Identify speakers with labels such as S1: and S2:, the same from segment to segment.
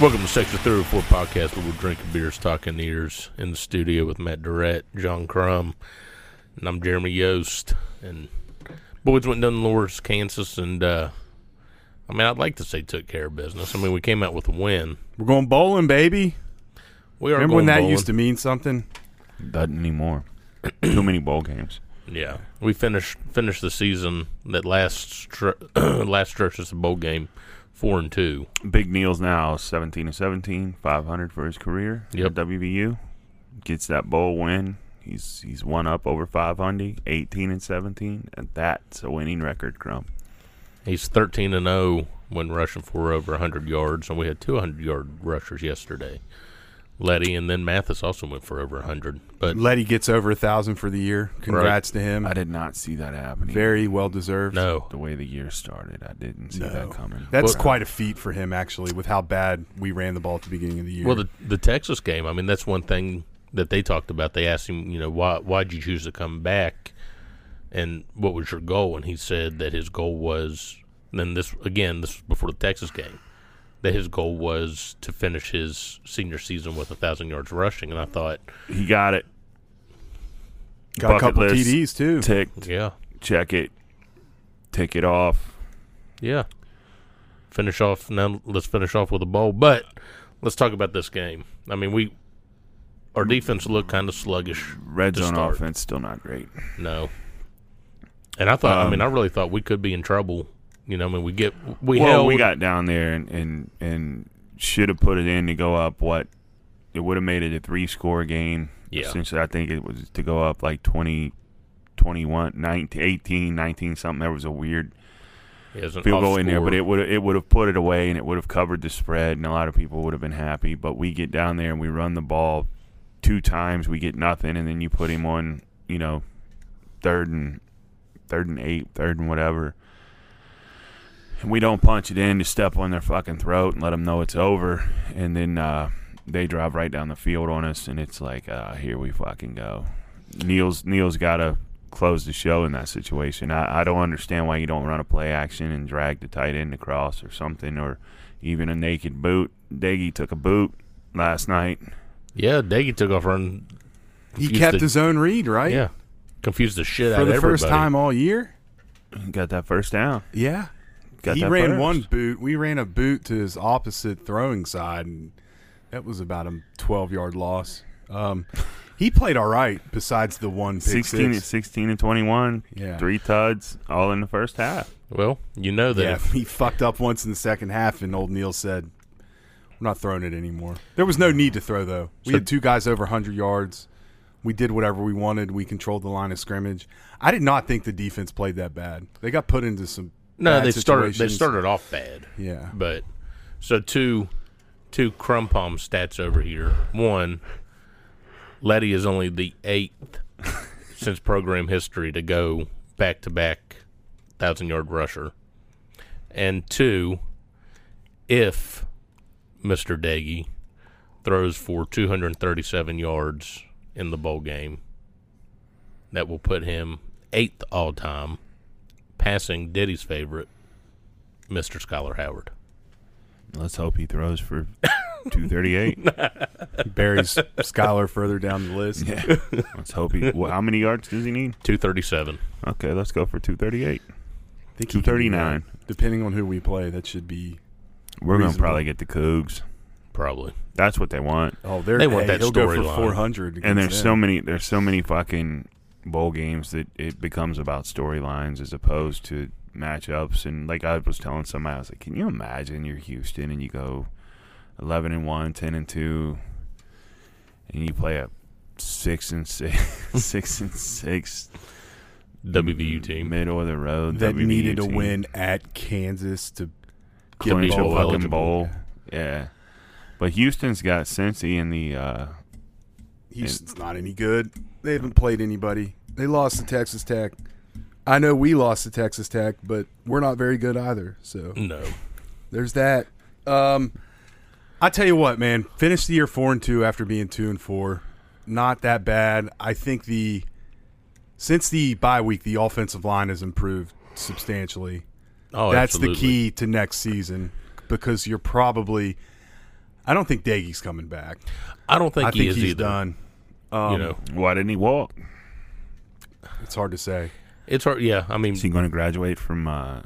S1: Welcome to Section 304 Podcast, where we're drinking beers, talking ears in the studio with Matt Durrett, John Crum, and I'm Jeremy Yost. And boys went down to Lawrence, Kansas, and uh, I mean, I'd like to say took care of business. I mean, we came out with a win.
S2: We're going bowling, baby.
S1: We are
S2: Remember
S1: going
S2: when that
S1: bowling.
S2: used to mean something?
S3: Doesn't anymore. Too many bowl games.
S1: Yeah, we finished finished the season that last str- last stretch is the bowl game, four and two.
S3: Big Neal's now 17 and 17, 500 for his career at
S1: Yep.
S3: WVU. Gets that bowl win. He's he's one up over 500, 18 and 17, and that's a winning record, Crump.
S1: He's thirteen and zero when rushing for over hundred yards, and we had two hundred yard rushers yesterday. Letty and then Mathis also went for over hundred, but
S2: Letty gets over a thousand for the year. Congrats to him.
S3: I did not see that happening.
S2: Very well deserved.
S1: no,
S3: the way the year started, I didn't see
S2: No.
S3: that coming.
S2: That's
S1: Well-
S2: quite a feat for him, actually, with how bad we ran the ball at the beginning of the year.
S1: Well, the the Texas game. I mean, that's one thing that they talked about. They asked him, you know, why why'd you choose to come back, and what was your goal? And he said that his goal was. And then this again. This was before the Texas game. That his goal was to finish his senior season with a thousand yards rushing. And I thought,
S3: He got it.
S2: got a
S3: bucket
S2: couple
S3: list.
S2: TDs too.
S3: Ticked.
S1: yeah,
S3: Check it. Tick it off.
S1: yeah. Finish off now. Let's finish off with a bowl. But let's talk about this game. I mean, we our defense looked kind of sluggish.
S3: Red
S1: To
S3: zone
S1: start.
S3: offense still not great.
S1: No. And I thought, I mean, I
S3: Um,
S1: really thought we could be in trouble. You know, I mean, we get we
S3: well,
S1: held.
S3: we got down there and and, and should have put it in to go up. What it would have made it a three score game.
S1: Yeah.
S3: Essentially, I think it was to go up like 20, 21, 19, 18, 19, something. There was a weird
S1: it was an
S3: field
S1: off
S3: goal in there,
S1: score.
S3: but it would it would have put it away and it would have covered the spread, and a lot of people would have been happy. But we get down there and we run the ball two times, we get nothing, and then you put him on, you know, third and third and eight, third and whatever. And we don't punch it in to step on their fucking throat and let them know it's over, and then uh, they drive right down the field on us, and it's like, uh, here we fucking go. Neil's Neil's got to close the show in that situation. I, I don't understand why you don't run a play action and drag the tight end across or something, or even a naked boot. Daggy took a boot last night.
S1: yeah, Daggy took off running.
S2: he
S1: confused
S2: kept
S1: the-
S2: his own read, right?
S1: Yeah, confused the shit out
S2: For
S1: of
S2: the
S1: everybody.
S2: first time all year.
S3: Got that first down.
S2: Yeah.
S3: Got
S2: he
S3: that
S2: ran
S3: first.
S2: one boot. We ran a boot to his opposite throwing side, and that was about a 12 yard loss. Um, he played all right, besides the one pick
S3: 16,
S2: six.
S3: 16 and 21,
S2: Yeah.
S3: three tuds, all in the first half.
S1: Well, you know that.
S2: Yeah,
S1: if-
S2: he fucked up once in the second half, and old Neil said, "We're not throwing it anymore." There was no need to throw though. We
S1: So-
S2: had two guys over 100 yards. We did whatever we wanted. We controlled the line of scrimmage. I did not think the defense played that bad. They got put into some
S1: no,
S2: bad
S1: they started. They
S2: situations.
S1: started off bad,
S2: Yeah,
S1: but so two two crumb palm stats over here. One, Letty is only the eighth since program history to go back to back thousand yard rusher. And two, if Mr. Deggy throws for 237 yards in the bowl game, that will put him eighth all time, passing Diddy's favorite, Mr. Scholar Howard.
S3: Let's hope he throws for 238.
S2: He buries Skyler further down the list.
S3: yeah. Let's hope he. Well, how many yards does he need?
S1: 237.
S3: Okay, let's go for 238.
S2: think
S3: Two
S2: he can do
S3: thirty nine.
S2: that. Depending on who we play, that should be.
S3: We're gonna
S2: Reasonable.
S3: probably get the Cougs.
S1: Probably.
S3: That's what they want.
S2: Oh, they're,
S1: They want
S2: hey,
S1: that
S2: He'll go for
S1: storyline.
S2: four hundred.
S3: And there's so many there's so many fucking bowl games that it becomes about storylines as opposed to matchups and like I was telling somebody I was like, Can you imagine you're Houston and you go eleven and one, 10 and two and you play a six and six six and six Mm,
S1: WVU team.
S3: middle of the road
S2: that
S3: WVU
S2: needed a
S3: team,
S2: win at Kansas to get
S3: clinch a
S2: bowl
S3: fucking
S1: eligible.
S3: bowl. Yeah. But Houston's got Cincy in the uh
S2: Houston's not any good. They haven't played anybody. They lost to Texas Tech. I know we lost to Texas Tech, but we're not very good either. So
S1: No.
S2: there's that. Um, I tell you what, man, finish the year four and two after being two and four. Not that bad. I think the since the bye week, the offensive line has improved substantially.
S1: Oh,
S2: That's the
S1: absolutely.
S2: key to next season because you're probably. I don't think Daggy's coming back.
S1: I don't think
S2: I
S1: he
S2: think
S1: is
S2: he's
S1: either.
S2: done.
S1: you know,
S3: why didn't he walk?
S2: It's hard to say.
S1: it's hard. Yeah, I mean,
S3: Is he going to graduate from uh,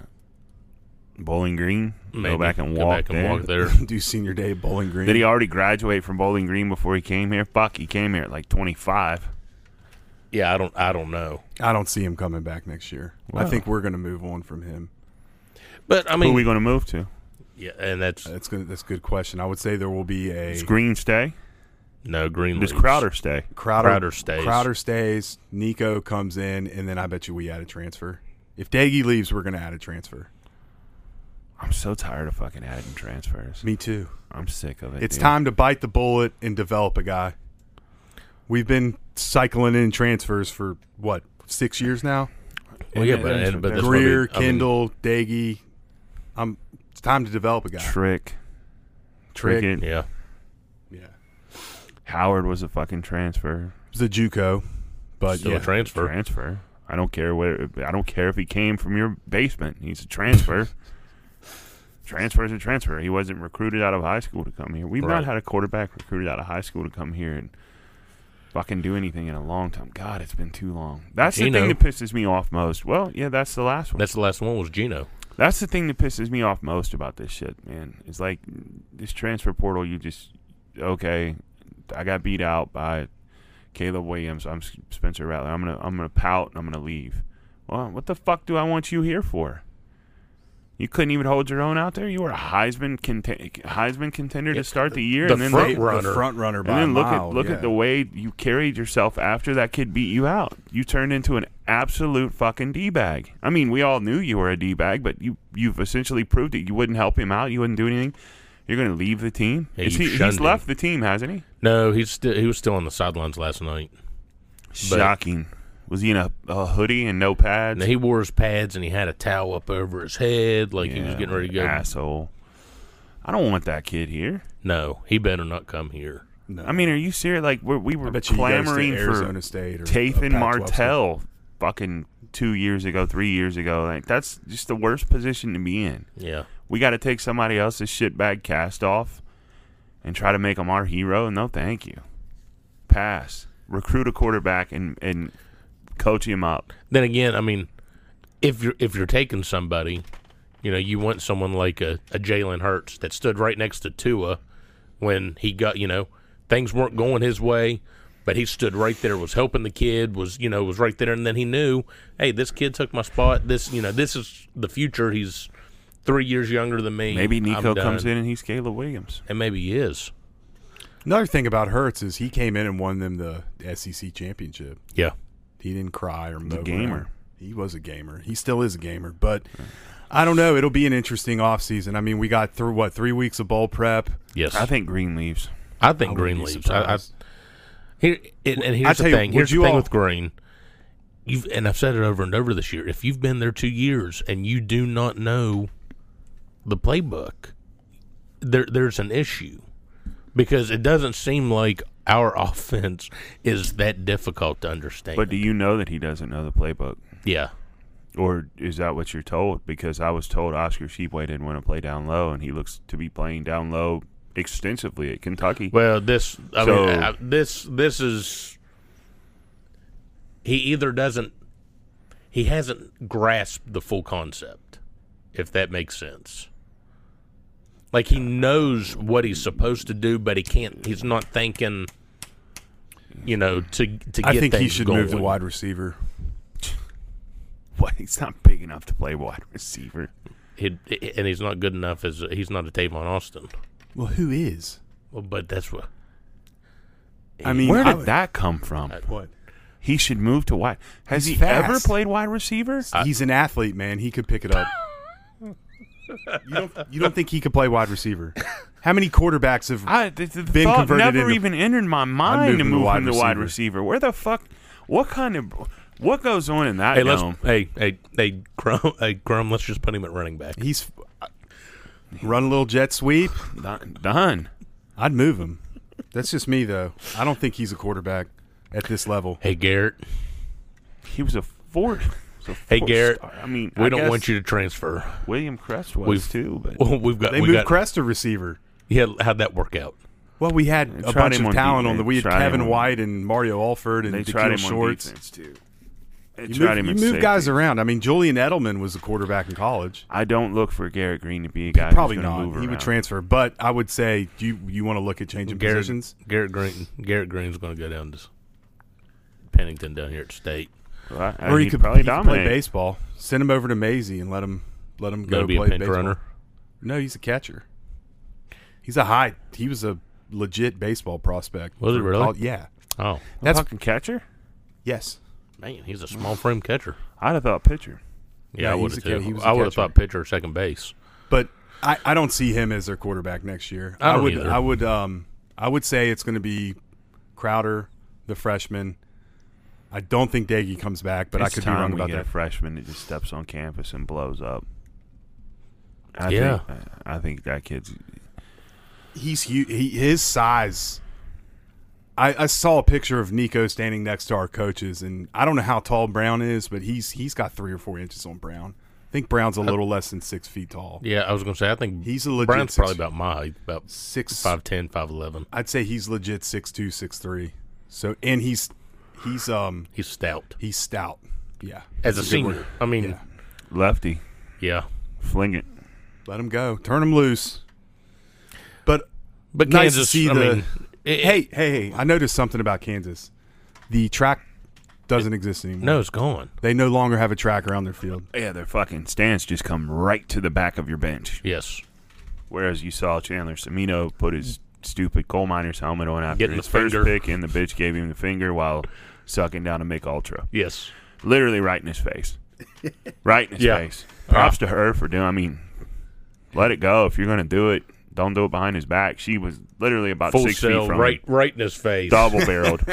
S3: Bowling Green?
S1: maybe
S3: Go back and
S1: go
S3: walk
S1: back and
S3: there.
S1: walk there.
S2: do senior day at Bowling Green.
S3: Did he already graduate from Bowling Green before he came here? Fuck, he came here at like 25.
S1: Yeah, I don't. I don't know.
S2: I don't see him coming back next year. I
S3: Wow.
S2: think we're going to move on from him.
S1: But I
S3: Who are
S1: mean,
S3: we going to move to?
S1: yeah, and that's
S2: That's gonna, that's a good question. I would say there will be a
S3: Does Green stay?
S1: no green.
S3: Does
S1: leaves.
S3: Crowder stay?
S2: Crowder,
S1: Crowder stays.
S2: Crowder stays. Nico comes in, and then I bet you we add a transfer. If Daggy leaves, we're going to add a transfer.
S3: I'm so tired of fucking adding transfers.
S2: Me too.
S3: I'm sick of it.
S2: It's
S3: dude.
S2: time to bite the bullet and develop a guy. We've been cycling in transfers for what six years now.
S1: Well, yeah,
S3: Yeah,
S1: but,
S3: that's
S1: and, but that's what we-
S2: Greer,
S1: I mean,
S2: Kendall, Daggy. I'm. It's time to develop a guy.
S3: Trick.
S2: Trick.
S3: Trickett.
S1: yeah,
S2: Yeah.
S3: Howard was a fucking transfer.
S2: It's a JUCO, but
S1: still
S2: yeah.
S1: a transfer.
S3: Transfer. I don't care where. I don't care if he came from your basement. He's a transfer. Transfer is a transfer. He wasn't recruited out of high school to come here. We've
S1: Right.
S3: not had a quarterback recruited out of high school to come here and fucking do anything in a long time. God, it's been too long. That's the
S1: Geno.
S3: thing that pisses me off most. Well, yeah, that's the last one.
S1: That's the last one was Gino.
S3: That's the thing that pisses me off most about this shit, man. It's like this transfer portal. You just okay. I got beat out by Caleb Williams. I'm S- Spencer Rattler. I'm gonna I'm gonna pout and I'm gonna leave. Well, what the fuck do I want you here for? You couldn't even hold your own out there. You were a Heisman conten- Heisman contender
S1: Yeah,
S3: to start the year,
S1: the
S3: and then
S1: front
S3: they-
S2: The
S1: runner.
S2: front runner by
S3: and then
S2: a
S3: look
S2: mile,
S3: at look
S2: yeah.
S3: at the way you carried yourself after that kid beat you out. You turned into an absolute fucking d bag. I mean, we all knew you were a d bag, but you you've essentially proved it. You wouldn't help him out. You wouldn't do anything. You're going to leave the team.
S1: Yeah,
S3: Is
S1: you
S3: he,
S1: shunned
S3: he's
S1: him.
S3: left the team, hasn't he?
S1: No, he's still he was still on the sidelines last night.
S3: Shocking. Was he in a, a hoodie and no pads?
S1: And he wore his pads and he had a towel up over his head, like he was
S3: Yeah,
S1: getting ready to go.
S3: Asshole. I don't want that kid here.
S1: No, he better not come here.
S2: No.
S3: I mean, are you serious? Like we're, we were
S2: I bet you he goes to
S3: clamoring for
S2: Arizona State or a
S3: Tathan
S2: Pac-12 school.
S3: Martell fucking two years ago, three years ago. Like that's just the worst position to be in.
S1: Yeah,
S3: We got to take somebody else's shitbag cast off and try to make them our hero. No, thank you. Pass. Recruit a quarterback and and coach him up.
S1: then again, I mean, if you're if you're taking somebody, you know, you want someone like a, a Jalen Hurts that stood right next to Tua when he got, you know, things weren't going his way, but he stood right there, was helping the kid, was you know, was right there, and then he knew, hey, this kid took my spot. This, you know, this is the future. He's three years younger than me.
S3: Maybe
S1: I'm
S3: Nico comes
S1: done.
S3: in and he's Caleb Williams.
S1: and maybe he is.
S2: Another thing about Hertz is he came in and won them the SEC championship.
S1: Yeah,
S2: He didn't cry or moan.
S3: gamer.
S2: He was a gamer. He still is a gamer. But I don't know. It'll be an interesting offseason. I mean, we got through what three weeks of bowl prep.
S1: yes,
S3: I think Green leaves.
S1: I think
S2: I wouldn't
S1: Green
S2: be
S1: leaves. I, I,
S2: surprised.
S1: here and, and
S2: I
S1: here's
S2: tell
S1: the
S2: you,
S1: thing.
S2: would
S1: Here's the
S2: you
S1: thing
S2: all-
S1: with Green. You've and I've said it over and over this year. If you've been there two years and you do not know the playbook, there there's an issue because it doesn't seem like our offense is that difficult to understand.
S3: But do you know that he doesn't know the playbook?
S1: yeah,
S3: Or is that what you're told? Because I was told Oscar Sheboy didn't want to play down low, and he looks to be playing down low extensively at Kentucky.
S1: Well, this I
S3: So-
S1: mean, I, this this is he either doesn't he hasn't grasped the full concept. if that makes sense. Like he knows what he's supposed to do, but he can't. He's not thinking, you know, to to get
S2: I think he
S1: things
S2: should
S1: going.
S2: move to wide receiver.
S3: What? He's not big enough to play wide receiver.
S1: He- and he's not good enough as he's not a Tavon Austin.
S2: Well, who is?
S1: Well, but that's what
S2: I mean,
S3: Where
S2: I
S3: did
S2: would-
S3: that come from?
S2: What?
S3: He should move to wide. Has
S2: He's
S3: he ever
S2: fast.
S3: played wide receiver?
S2: He's an athlete, man. He could pick it up. you don't. You don't think he could play wide receiver? How many quarterbacks have?
S3: I the, the
S2: Been
S3: thought
S2: converted
S3: never
S2: into-
S3: even entered my mind to
S2: moving to
S3: move
S2: wide
S3: him to wide
S2: receiver.
S3: receiver. Where the fuck? What kind of? What goes on in that
S1: Hey, let's
S3: dome?
S1: hey hey hey Grum, hey Grum, let's just put him at running back.
S2: he's run a little jet sweep.
S3: Done. done.
S2: I'd move him. That's just me, though. I don't think he's a quarterback at this level.
S1: Hey Garrett,
S3: He was a four. was a
S1: Hey,
S3: four
S1: Garrett,
S3: star. I mean,
S1: we
S3: I
S1: don't
S3: guess
S1: want you to transfer.
S3: William Crest was
S1: We've-
S3: too, but
S1: Well, we've got
S2: They
S1: we
S2: moved
S1: got
S2: Crest to receiver.
S1: yeah. How'd that work out?
S2: Well, we had a
S3: tried
S2: bunch
S3: him
S2: of
S3: on
S2: talent
S3: defense.
S2: on the. We had
S3: Tried him
S2: Kevin
S3: on-
S2: White and Mario Alford and
S3: they tried
S2: Shaw
S3: him
S2: Shorts.
S3: on defense too. They
S2: You
S3: tried
S2: move,
S3: him.
S2: you
S3: at
S2: move
S3: safety.
S2: guys around. I mean, Julian Edelman was a quarterback in college.
S3: I don't look for Garrett Green to be a guy.
S2: Probably
S3: who's
S2: not.
S3: gonna Move
S2: He would
S3: around.
S2: transfer, but I would say do you you want to look at changing
S1: Garrett
S2: positions.
S1: Garrett Green Garrett Green's going to go down to s- Pennington down here at State.
S3: Well,
S1: Uh,
S3: I-
S2: or he
S3: he'd
S2: could,
S3: probably
S2: he could
S3: dominate.
S2: play baseball. Send him over to Maisie and let him let him
S1: Going
S2: go
S1: to be a
S2: play
S1: pink
S2: baseball.
S1: runner.
S2: No, he's a catcher. He's a high. He was a legit baseball prospect.
S1: Was he
S2: For
S1: really?
S2: col- yeah.
S1: Oh
S2: That's
S3: fucking catcher.
S2: yes.
S1: man, he's a small frame catcher.
S3: I'd have thought pitcher.
S1: Yeah, I
S2: Yeah,
S1: would
S2: he's
S1: have
S2: a ca- he
S1: too.
S2: was a
S1: I would have
S2: catcher.
S1: thought pitcher or second base.
S2: But I, I don't see him as their quarterback next year.
S1: I don't
S2: would
S1: either.
S2: I would um I would say it's going to be Crowder, the freshman. I don't think Daggy comes back, but
S3: It's
S2: I could be
S3: time
S2: wrong
S3: we
S2: about
S3: get
S2: that.
S3: A freshman that just steps on campus and blows up. I
S1: Yeah.
S3: think, I think that kid's.
S2: He's huge. He, his size. I, I saw a picture of Nico standing next to our coaches, and I don't know how tall Brown is, but he's he's got three or four inches on Brown. I think Brown's a little less than six feet tall.
S1: Uh, Yeah, I was going to say I think
S2: He's a legit
S1: Brown's probably
S2: six-
S1: about my height, about
S2: Six.
S1: five ten, five eleven.
S2: I'd say he's legit six two, six three. So and he's he's um
S1: He's stout
S2: he's stout. Yeah,
S1: as a
S2: That's good word.
S1: senior. I mean,
S2: Yeah.
S3: Lefty,
S1: yeah.
S3: fling it.
S2: Let him go. Turn him loose. But
S1: But
S2: Nice to
S1: Kansas,
S2: see
S1: I
S2: the-
S1: mean, it-
S2: hey, hey, hey, I noticed something about Kansas. The track doesn't exist anymore.
S1: no, it's gone.
S2: They no longer have a track around their field.
S3: Yeah, their fucking stance just come right to the back of your bench.
S1: Yes,
S3: Whereas you saw Chandler Semino put his stupid coal miner's helmet on after
S1: Getting
S3: his
S1: the
S3: first
S1: finger.
S3: pick, and the bitch gave him the finger while sucking down a Mick Ultra,
S1: yes.
S3: literally right in his face, right in his
S1: Yeah.
S3: face. Props to her for doing. I mean, let it go if you're gonna do it. Don't do it behind his back. She was literally about
S1: Full
S3: six
S1: cell,
S3: feet from
S1: right,
S3: him.
S1: right in his face.
S3: double barreled.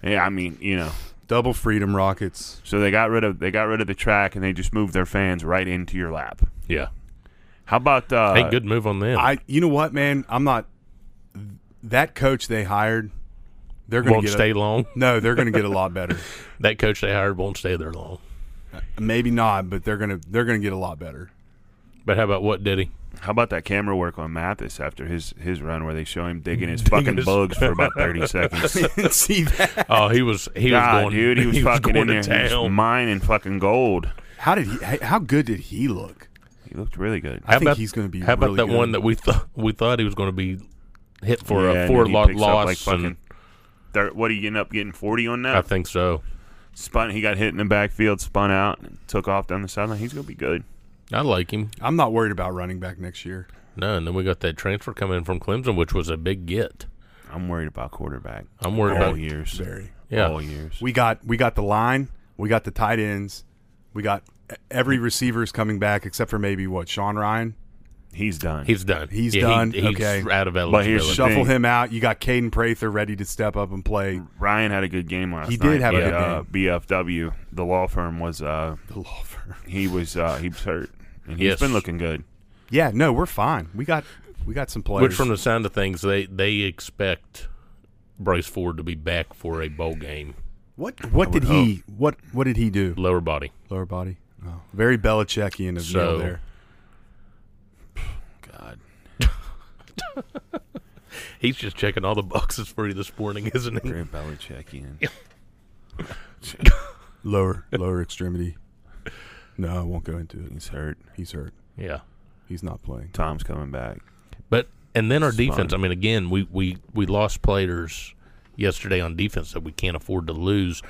S3: yeah, I mean, you know.
S2: Double Freedom Rockets.
S3: So they got rid of they got rid of the track and they just moved their fans right into your lap.
S1: Yeah,
S3: How about uh,
S1: hey, good move on them.
S2: I, you know what, man? I'm not that coach they hired. They're going
S1: won't
S2: to get a-
S1: stay long.
S2: no. They're going to get a lot better.
S1: That coach they hired won't stay there long.
S2: Maybe not, but they're going to they're going to get a lot better.
S1: But how about what did he?
S3: How about that camera work on Mathis after his his run where they show him digging his fucking
S1: his-
S3: bugs for about thirty seconds?
S2: See that?
S1: Oh, he was he
S3: God,
S1: was going,
S3: dude, he was fucking
S1: going
S3: in
S1: to
S3: there, he was
S1: town.
S3: mining fucking gold.
S2: How did he? How good did he look?
S3: He looked really good.
S2: I
S1: How
S2: think
S1: about-
S2: he's going to be.
S1: How about
S2: really
S1: that
S2: good.
S1: one that we thought we thought he was going to be hit for
S3: Yeah,
S1: a
S3: and
S1: four
S3: then he
S1: lot
S3: picks up,
S1: loss?
S3: like,
S1: and
S3: fucking thir- what are you getting up getting forty on
S1: I
S3: that?
S1: think so.
S3: Spun. He got hit in the backfield, spun out, and took off down the sideline. He's gonna be good.
S1: I like him.
S2: I'm not worried about running back next year.
S1: No, and then we got that transfer coming in from Clemson, which was a big get.
S3: I'm worried about quarterback.
S1: I'm worried
S3: all
S1: about-
S3: years.
S2: Very.
S1: Yeah,
S3: All years.
S2: We got we got the line. We got the tight ends. We got e, every receiver is coming back except for maybe what Sean Ryan.
S3: He's done.
S1: he's done.
S2: He's
S1: Yeah,
S2: done.
S1: He, he's
S2: Okay.
S1: out of
S3: But
S1: eligibility.
S3: here's Shu-
S2: Shuffle
S3: Dang.
S2: him out. You got Caden Prather ready to step up and play.
S1: Mm.
S3: Ryan had a good game last
S2: He
S3: night.
S2: did have a
S3: but,
S2: good
S3: uh, BFW, the law firm was uh
S2: The law firm.
S3: he was uh he was hurt. And he's
S1: Yes.
S3: been looking good.
S2: Yeah, no, we're fine. We got we got some players.
S1: Which, from the sound of things, they they expect Bryce Ford to be back for a bowl game.
S2: what what did he what what did he do?
S1: Lower body.
S2: Lower body. Oh, very Belichickian of
S1: So-
S2: Neil there.
S3: God.
S1: He's just checking all the boxes for you this morning, isn't he?
S3: Very Belichickian.
S2: Lower lower extremity. No, I won't go into it.
S3: He's hurt.
S2: He's hurt.
S1: Yeah.
S2: He's not playing.
S3: Tom's coming back.
S1: But and then our
S3: It's
S1: defense.
S3: fun.
S1: I mean, again, we we we lost players yesterday on defense that we can't afford to lose.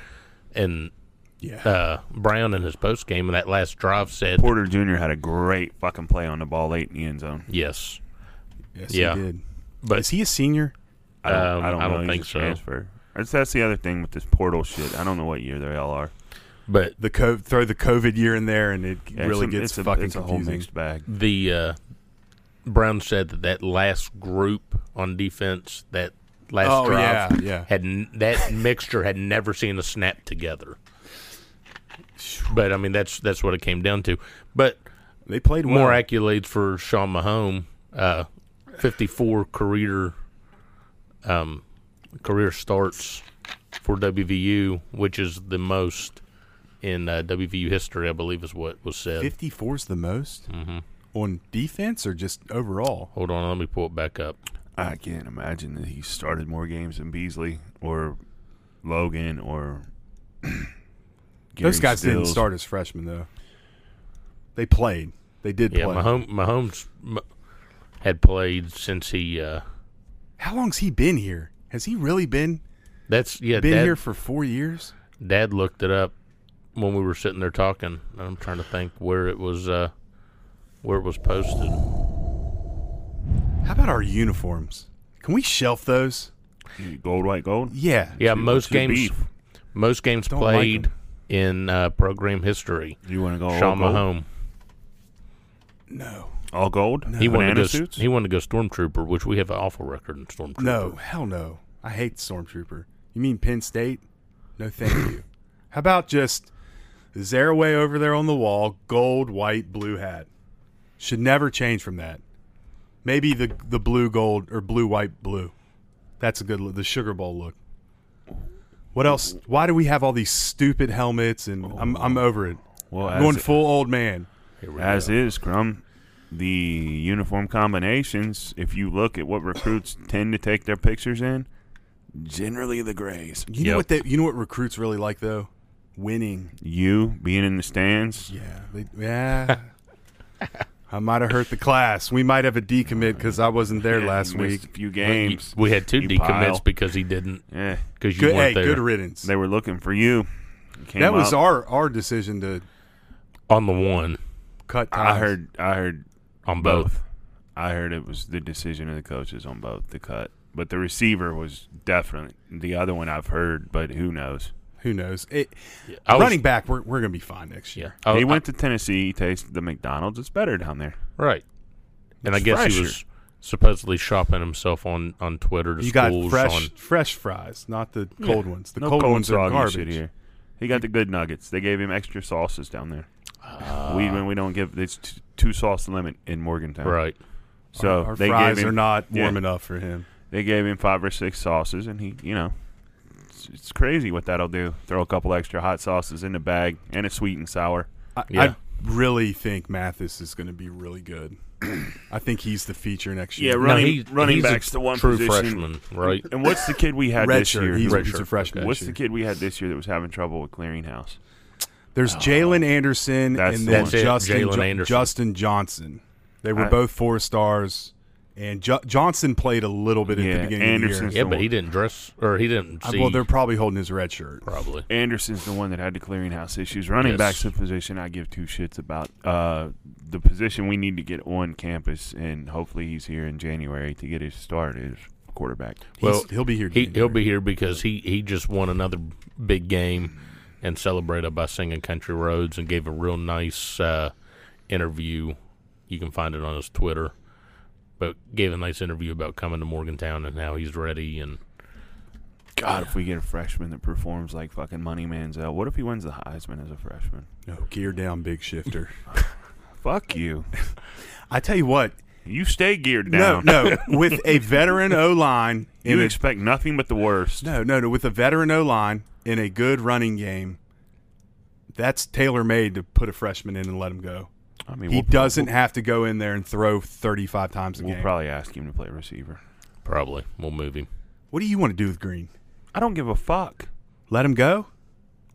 S1: And
S2: Yeah.
S1: uh, Brown in his post game and that last drive said,
S3: Porter Jr. had a great fucking play on the ball late in the end zone.
S1: "Yes,
S2: yes,
S1: yeah.
S2: he did.
S1: But-
S2: is he a senior?
S3: I don't,
S1: Um,
S3: I don't
S1: I
S3: know.
S1: don't
S3: He's
S1: think
S3: a
S1: so.
S3: Transfer. That's, that's the other thing with this portal shit. I don't know what year they all are.
S1: but
S2: The co- throw the COVID year in there, and it
S3: Yeah,
S2: really
S3: it's a,
S2: gets
S3: it's a,
S2: fucking
S3: it's a whole
S2: confusing.
S3: mixed bag.
S1: the uh, Brown said that that last group on defense, that last
S2: Oh,
S1: drive,
S2: yeah, yeah.
S1: had n- that mixture had never seen a snap together." But I mean, that's that's what it came down to. But
S2: They played well.
S1: more accolades for Sean Mahone. Uh, 54 career um, career starts for WVU, which is the most in uh, WVU history, I believe, is what was said.
S2: 54's the most
S3: Mm-hmm.
S2: on defense or just overall.
S1: Hold on, let me pull it back up.
S3: I can't imagine that he started more games than Beasley or Logan or.
S2: Those
S3: Gary
S2: guys didn't
S3: Stills.
S2: start as freshmen though. They played. They did
S1: Yeah,
S2: play.
S1: Mahone, Mahomes m- had played since he. Uh,
S2: How long's he been here? Has he really been
S1: that's yeah.
S2: been
S1: Dad,
S2: here for four years?
S1: Dad looked it up when we were sitting there talking. and I'm trying to think where it was uh, where it was posted.
S2: How about our uniforms? Can we shelf those?
S3: Gold, white, gold?
S2: Yeah.
S1: Yeah,
S3: Two-
S1: most
S3: two
S1: games,
S3: beef.
S1: most games
S2: Don't like 'em.
S1: played in uh, program history.
S3: You want to
S2: Oh,
S3: go all
S1: Sean
S3: gold?
S1: Mahone,
S2: No.
S3: All gold?
S1: he wanted to
S3: Banana
S1: go.
S3: suits?
S1: He wanted to go stormtrooper, which we have an awful record in stormtrooper.
S2: No. Hell no. I hate Stormtrooper. You mean Penn State? No, thank you. How about just Zaraway over there on the wall, gold, white, blue hat? Should never change from that. Maybe the the blue gold or blue white blue. That's a good look. The sugar bowl look. What else? Why do we have all these stupid helmets? And I'm I'm over it.
S3: well,
S2: I'm going
S3: as,
S2: full old man.
S1: Here we
S3: as
S1: go.
S3: is, Crum, the uniform combinations, if you look at what recruits tend to take their pictures in, generally the grays.
S2: You know
S1: Yep.
S2: what they, you know what recruits really like though? Winning.
S3: You being in the stands,
S2: Yeah, they, yeah. I might have hurt the class. We might have a decommit because I wasn't there
S3: Yeah,
S2: last
S3: you missed
S2: weig.
S3: A few
S1: You-
S3: games.
S1: we had two
S3: You pile.
S1: decommits because he didn't.
S3: Yeah,
S1: Because you
S2: Good, hey,
S1: weren't there
S2: good riddance.
S3: they were looking for you. You came
S2: that was
S3: up.
S2: our our decision to
S1: on the one
S2: cut ties.
S3: I heard. I heard
S1: on
S3: both.
S1: both.
S3: I heard it was the decision of the coaches on both the cut, but the receiver was definitely the other one I've heard. But who knows?
S2: Who knows? It,
S1: I was-
S2: running back, we're, we're gonna be fine next
S1: Yeah,
S2: year.
S1: I-
S3: he
S1: Oh, I-
S3: went to Tennessee. He tasted the McDonald's. It's better down there.
S1: right, and I
S3: It's
S1: guess he
S3: fresher.
S1: was supposedly shopping himself on on Twitter to
S2: You got
S1: schools.
S2: fresh
S1: on,
S2: fresh fries, not the cold ones. The
S3: no
S2: cold, ones are
S3: soggy
S2: garbage.
S3: shit here. He got the good nuggets. They gave him extra sauces down there.
S2: Ah.
S3: we when we don't give it's t- two sauce limit in Morgantown.
S1: right.
S3: So
S2: our
S3: they
S2: fries
S3: gave him,
S2: are not warm
S3: yeah.
S2: enough for him.
S3: They gave him five or six sauces, and he, you know, it's, it's crazy what that'll do. Throw a couple extra hot sauces in the bag and a sweet and sour.
S2: I, I
S1: Yeah.
S2: really think Mathis is going to be really good. I think he's the feature next year.
S1: No, he- he's a true freshman, right?
S3: And what's the kid we had
S2: Red
S3: this
S2: shirt.
S3: year?
S2: He's,
S1: Red
S2: he's a
S1: shirt.
S2: freshman.
S3: what's
S2: this year.
S3: the kid we had this year that was having trouble with clearinghouse?
S2: There's Jalen Anderson
S3: Oh. That's
S2: and
S3: the
S2: then
S3: one.
S1: That's it,
S2: Justin,
S1: Jalen
S2: Jo-
S1: Anderson.
S2: Justin Johnson. They were
S3: I-
S2: both four stars, and jo- Johnson played a little bit at
S3: Yeah,
S2: the beginning of
S3: Anderson's
S2: the year.
S1: Yeah, but he didn't dress or he didn't
S2: Uh,
S1: see.
S2: well, they're probably holding his red shirt.
S1: probably
S3: Anderson's the one that had the clearinghouse issues. Running
S1: Yes.
S3: back's the position I give two shits about. Uh, the position we need to get on campus, and hopefully he's here in January to get his start is quarterback.
S2: He's-
S1: Well,
S2: he'll be here.
S1: He he'll
S2: January.
S1: be here because he he just won another big game and celebrated by singing "Country Roads" and gave a real nice uh, interview. You can find it on his Twitter, but gave a nice interview about coming to Morgantown and how he's ready. And
S3: God, if we get a freshman that performs like fucking Money Manziel, what if he wins the Heisman as a freshman?
S2: No, gear down, big shifter.
S3: Fuck you.
S2: I tell you what.
S3: You stay geared down.
S2: No, no. With a veteran O line
S3: You
S2: in a
S3: expect nothing but the worst.
S2: no, no, no. With a veteran O line in a good running game, that's tailor made to put a freshman in and let him go.
S3: I mean,
S2: He
S3: we'll,
S2: doesn't have to go in there and throw 35 times a
S3: We'll
S2: game.
S3: probably ask him to play receiver.
S1: probably we'll move him.
S2: what do you want to do with Green?
S3: I don't give a fuck.
S2: Let him go?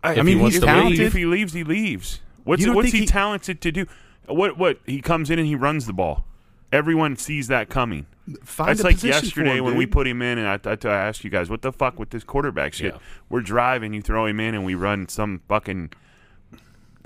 S3: I,
S1: If mean, he wants he's to leave. talented.
S3: If he leaves, he leaves. What's
S2: You don't
S3: what's
S2: think
S3: he,
S2: he-
S3: talented to do? What what he comes in and he runs the ball. Everyone sees that coming.
S2: Find
S3: That's
S2: a
S3: like
S2: position for
S3: yesterday
S2: him,
S3: when we
S2: dude.
S3: put him in, and I, I, I asked you guys, what the fuck with this quarterback shit?
S1: Yeah.
S3: We're driving, you throw him in, and we run some fucking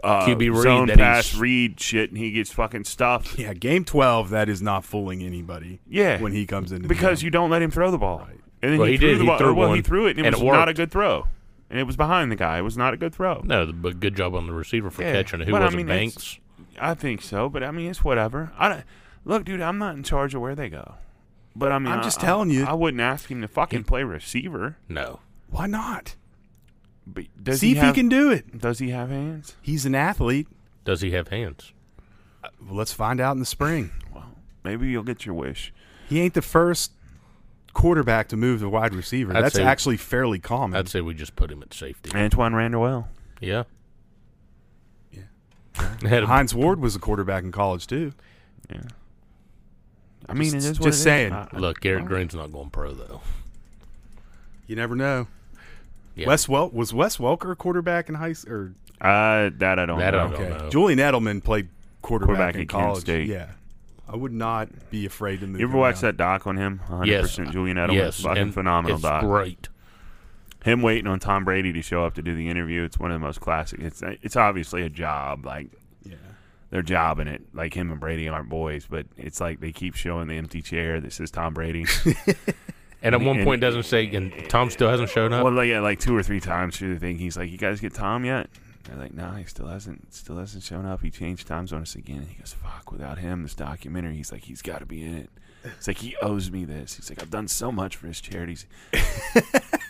S3: uh,
S1: QB read
S3: zone
S1: that
S3: pass
S1: he's-
S3: read shit, and he gets fucking stuffed
S2: Yeah, game twelve. That is not fooling anybody.
S3: Yeah.
S2: when he comes in
S3: because you don't let him throw the ball. And then
S1: Well,
S3: he,
S1: he
S3: threw
S1: did.
S3: The
S1: He
S3: ball.
S1: threw
S3: or, well, he
S1: one,
S3: threw it, and it
S1: and
S3: was
S1: it
S3: not
S1: worked.
S3: a good throw, and it was behind the guy. It was not a good throw.
S1: No, the- but good job on the receiver for
S3: Yeah,
S1: catching it. Who
S3: but I
S1: was it,
S3: mean, it's-
S1: Banks?
S3: I think so, but I mean it's whatever. I don't, look, dude, I'm not in charge of where they go. But I mean,
S2: I'm
S3: I-
S2: just
S3: I-
S2: telling you.
S3: I wouldn't ask him to fucking play receiver.
S1: No.
S2: Why not?
S3: But does
S2: See
S3: he
S2: if
S3: have,
S2: he can do it.
S3: Does he have hands?
S2: He's an athlete.
S1: Does he have hands?
S2: Well, let's find out in the spring.
S3: Well, maybe you'll get your wish.
S2: He ain't the first quarterback to move to wide receiver.
S1: I'd
S2: That's
S1: say-
S2: actually fairly common.
S1: I'd say we just put him at safety.
S3: Antoine Randall.
S1: Yeah. Yeah. Had a,
S2: Heinz Ward was a quarterback in college too.
S3: Yeah. I mean, it is
S2: Just-
S3: what it
S2: just
S3: is.
S2: saying.
S3: I- I-
S1: look, Garrett Green's not going pro though.
S2: You never know.
S1: Yeah.
S2: Wes Wel- was Wes Welker a quarterback in high school? Or
S3: Uh, that I don't.
S1: That I
S3: know.
S1: don't
S2: okay,
S1: know.
S2: Julian Edelman played quarterback,
S3: Quarterback
S2: in
S3: at Kent
S2: college.
S3: State.
S2: Yeah, I would not be afraid to move.
S3: You ever
S2: him
S3: watch
S2: around.
S3: that doc on him? 100%
S1: Yes.
S3: Julian Edelman.
S1: Yes,
S3: fucking
S1: and
S3: phenomenal
S1: it's
S3: doc.
S1: Great.
S3: him waiting on Tom Brady to show up to do the interview. It's one of the most classic. It's it's obviously a job, like
S2: Yeah.
S3: they're jobbing it. Like him and Brady aren't boys, but it's like they keep showing the empty chair that says Tom Brady.
S1: And at one
S3: and-
S1: point, doesn't say, and Tom still hasn't shown up.
S3: well, like yeah, like two or three times through the thing, he's like, "You guys get Tom yet?" They're like, "No, he still hasn't. Still hasn't shown up. He changed times on us again." He goes, "Fuck, without him, this documentary. He's like, he's got to be in it." It's like he owes me this. He's like, I've done so much for his charities.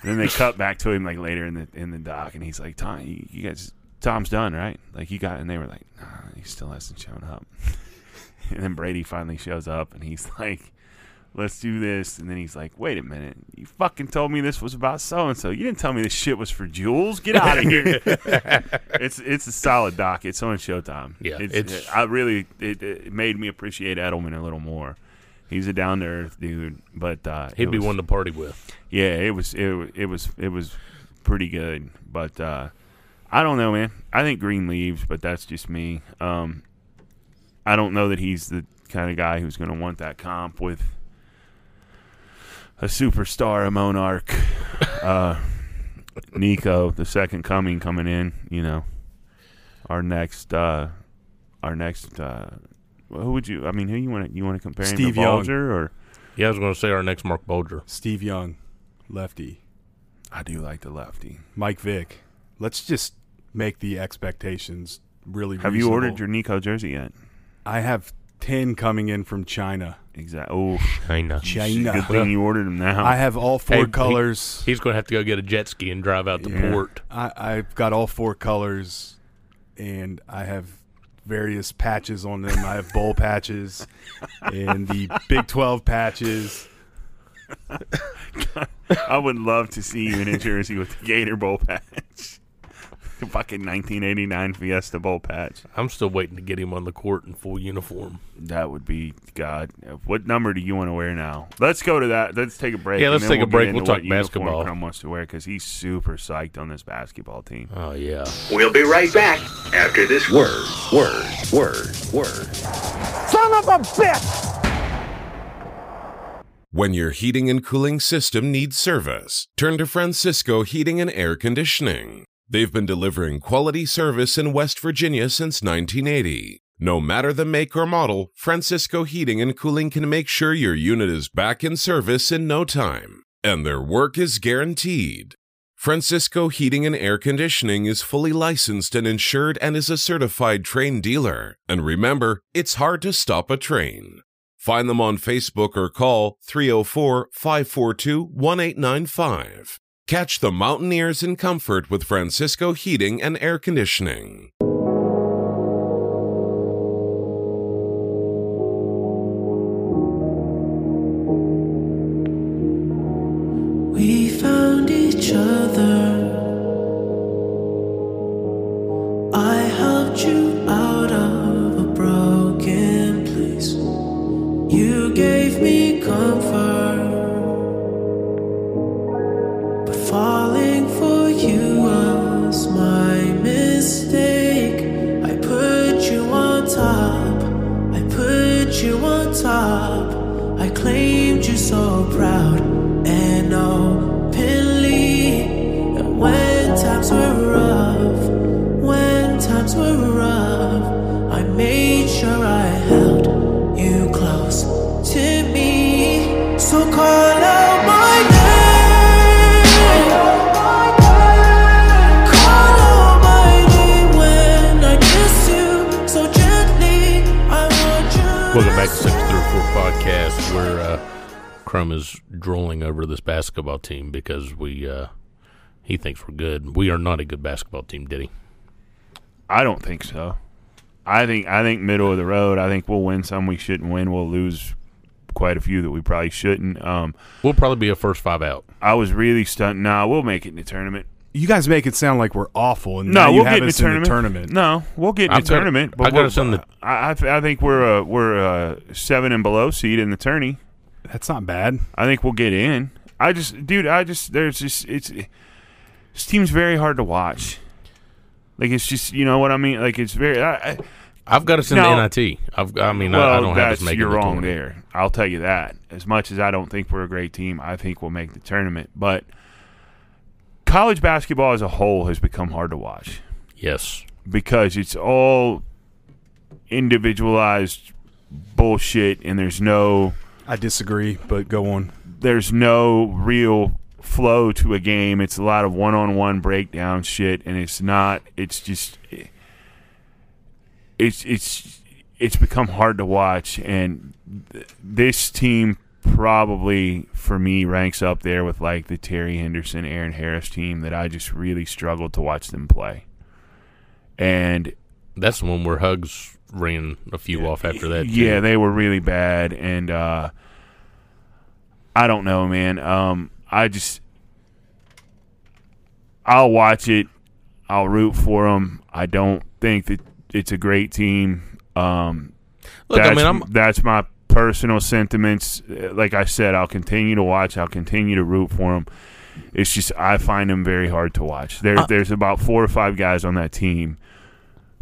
S3: then they cut back to him like later in the in the doc, and he's like, Tom, you, you guys, Tom's done, right? Like you got, and they were like, Nah, he still hasn't shown up. and then Brady finally shows up, and he's like. Let's do this, and then he's like, "Wait a minute! You fucking told me this was about so and so. You didn't tell me this shit was for Jules. Get out of here!" it's it's a solid doc. It's on Showtime.
S1: Yeah,
S3: it's,
S1: it's-
S3: I really it, it made me appreciate Edelman a little more. He's a down to earth dude, but uh,
S1: He'd
S3: it
S1: be
S3: was-
S1: one to party with.
S3: Yeah, it was it, wa- it was it was pretty good, but uh, I don't know, man. I think Green leaves, but that's just me. Um, I don't know that he's the kind of guy who's going to want that comp with a superstar, a monarch, uh, Nico, the second coming coming in. You know, our next, uh, our next. Uh, who would you? I mean, who you want to you want to compare him
S2: Steve
S3: to
S2: Young.
S3: Bulger or?
S1: Yeah, I was going to say our next Mark Bolger.
S2: Steve Young, lefty.
S3: I do like the lefty.
S2: Mike Vick. Let's just make the expectations really.
S3: Have you
S2: reasonable.
S3: ordered your Nico jersey yet?
S2: I have ten coming in from China.
S3: Exactly. Oh,
S1: I know.
S2: China.
S3: good thing you ordered them now.
S2: I have all four
S1: Hey, he-
S2: colors.
S1: He's going to have to go get a jet ski and drive out to
S3: Yeah.
S1: port.
S2: I, I've got all four colors, and I have various patches on them. I have bowl patches and the Big Twelve patches.
S3: I would love to see you in a jersey with the Gator Bowl patch. The fucking 1989 Fiesta Bowl patch.
S1: I'm still waiting to get him on the court in full uniform.
S3: That would be God. What number do you want to wear now? Let's go to that. Let's take a break.
S1: Yeah,
S3: and
S1: let's
S3: then
S1: take a
S3: get
S1: break.
S3: into
S1: We'll talk
S3: what uniform
S1: basketball.
S3: Crum wants to wear because he's super psyched on this basketball team.
S1: Oh yeah.
S4: We'll be right back after this word, word, word, word.
S5: When your heating and cooling system needs service, turn to Francisco Heating and Air Conditioning. They've been delivering quality service in West Virginia since 1980. No matter the make or model, Francisco Heating and Cooling can make sure your unit is back in service in no time. And their work is guaranteed. Francisco Heating and Air Conditioning is fully licensed and insured and is a certified train dealer. And remember, it's hard to stop a train. Find them on Facebook or call 304 542 1895. Catch the Mountaineers in comfort with Francisco Heating and Air Conditioning.
S6: We found each other. I helped you out of a broken place. You gave me comfort. But falling for you was my mistake. I put so proud and openly. And when times were rough, when times were rough, I made sure I held you close to me. So call out my name. Call out my name when I kiss you so gently. I want you.
S1: Welcome back to Six Through Four Podcast, where uh, Crum is drooling over this basketball team because we uh, he thinks we're good. We are not a good basketball team, did he?
S3: I don't think so. I think I think middle of the road. I think we'll win some we shouldn't win. We'll lose quite a few that we probably shouldn't. Um,
S1: We'll probably be a first five out.
S3: I was really stunned. Nah, we'll make it in the tournament.
S2: You guys make it sound like we're awful, and
S3: No,
S2: now you
S3: we'll
S2: have
S3: get in the
S2: us in
S3: tournament.
S2: the tournament.
S3: No, we'll get in
S1: I've
S3: the
S1: got-
S3: tournament.
S1: I got
S3: we'll-
S1: us in the-
S3: I, I th- I think we're a, we're a seven and below seed in the tourney.
S2: That's not bad.
S3: I think we'll get in. I just, dude, I just, there's just, it's, this team's very hard to watch. Like, it's just, you know what I mean? Like, it's very, I, I,
S1: I've got us in
S3: No.
S1: the NIT. I've, I mean, I-
S3: well,
S1: I don't have
S3: that's,
S1: us making
S3: you're
S1: the
S3: wrong
S1: tournament.
S3: there. I'll tell you that. As much as I don't think we're a great team, I think we'll make the tournament. But college basketball as a whole has become hard to watch.
S1: Yes,
S3: because it's all individualized bullshit and there's no
S2: I disagree, but go on.
S3: there's no real flow to a game. It's a lot of one-on-one breakdown shit and it's not it's just it's it's it's become hard to watch and th- this team probably for me ranks up there with like the Terry Henderson, Aaron Harris team that I just really struggled to watch them play. And
S1: that's the one where Hugs ran a few off after that.
S3: Yeah,
S1: too.
S3: they were really bad, and uh, I don't know, man. Um, I just I'll watch it. I'll root for them. I don't think that it's a great team. Um,
S1: Look, I
S3: that's,
S1: mean, I'm
S3: that's my personal sentiments. Uh, Like I said, I'll continue to watch. I'll continue to root for them. It's just I find them very hard to watch. There,
S1: Uh,
S3: there's about four or five guys on that team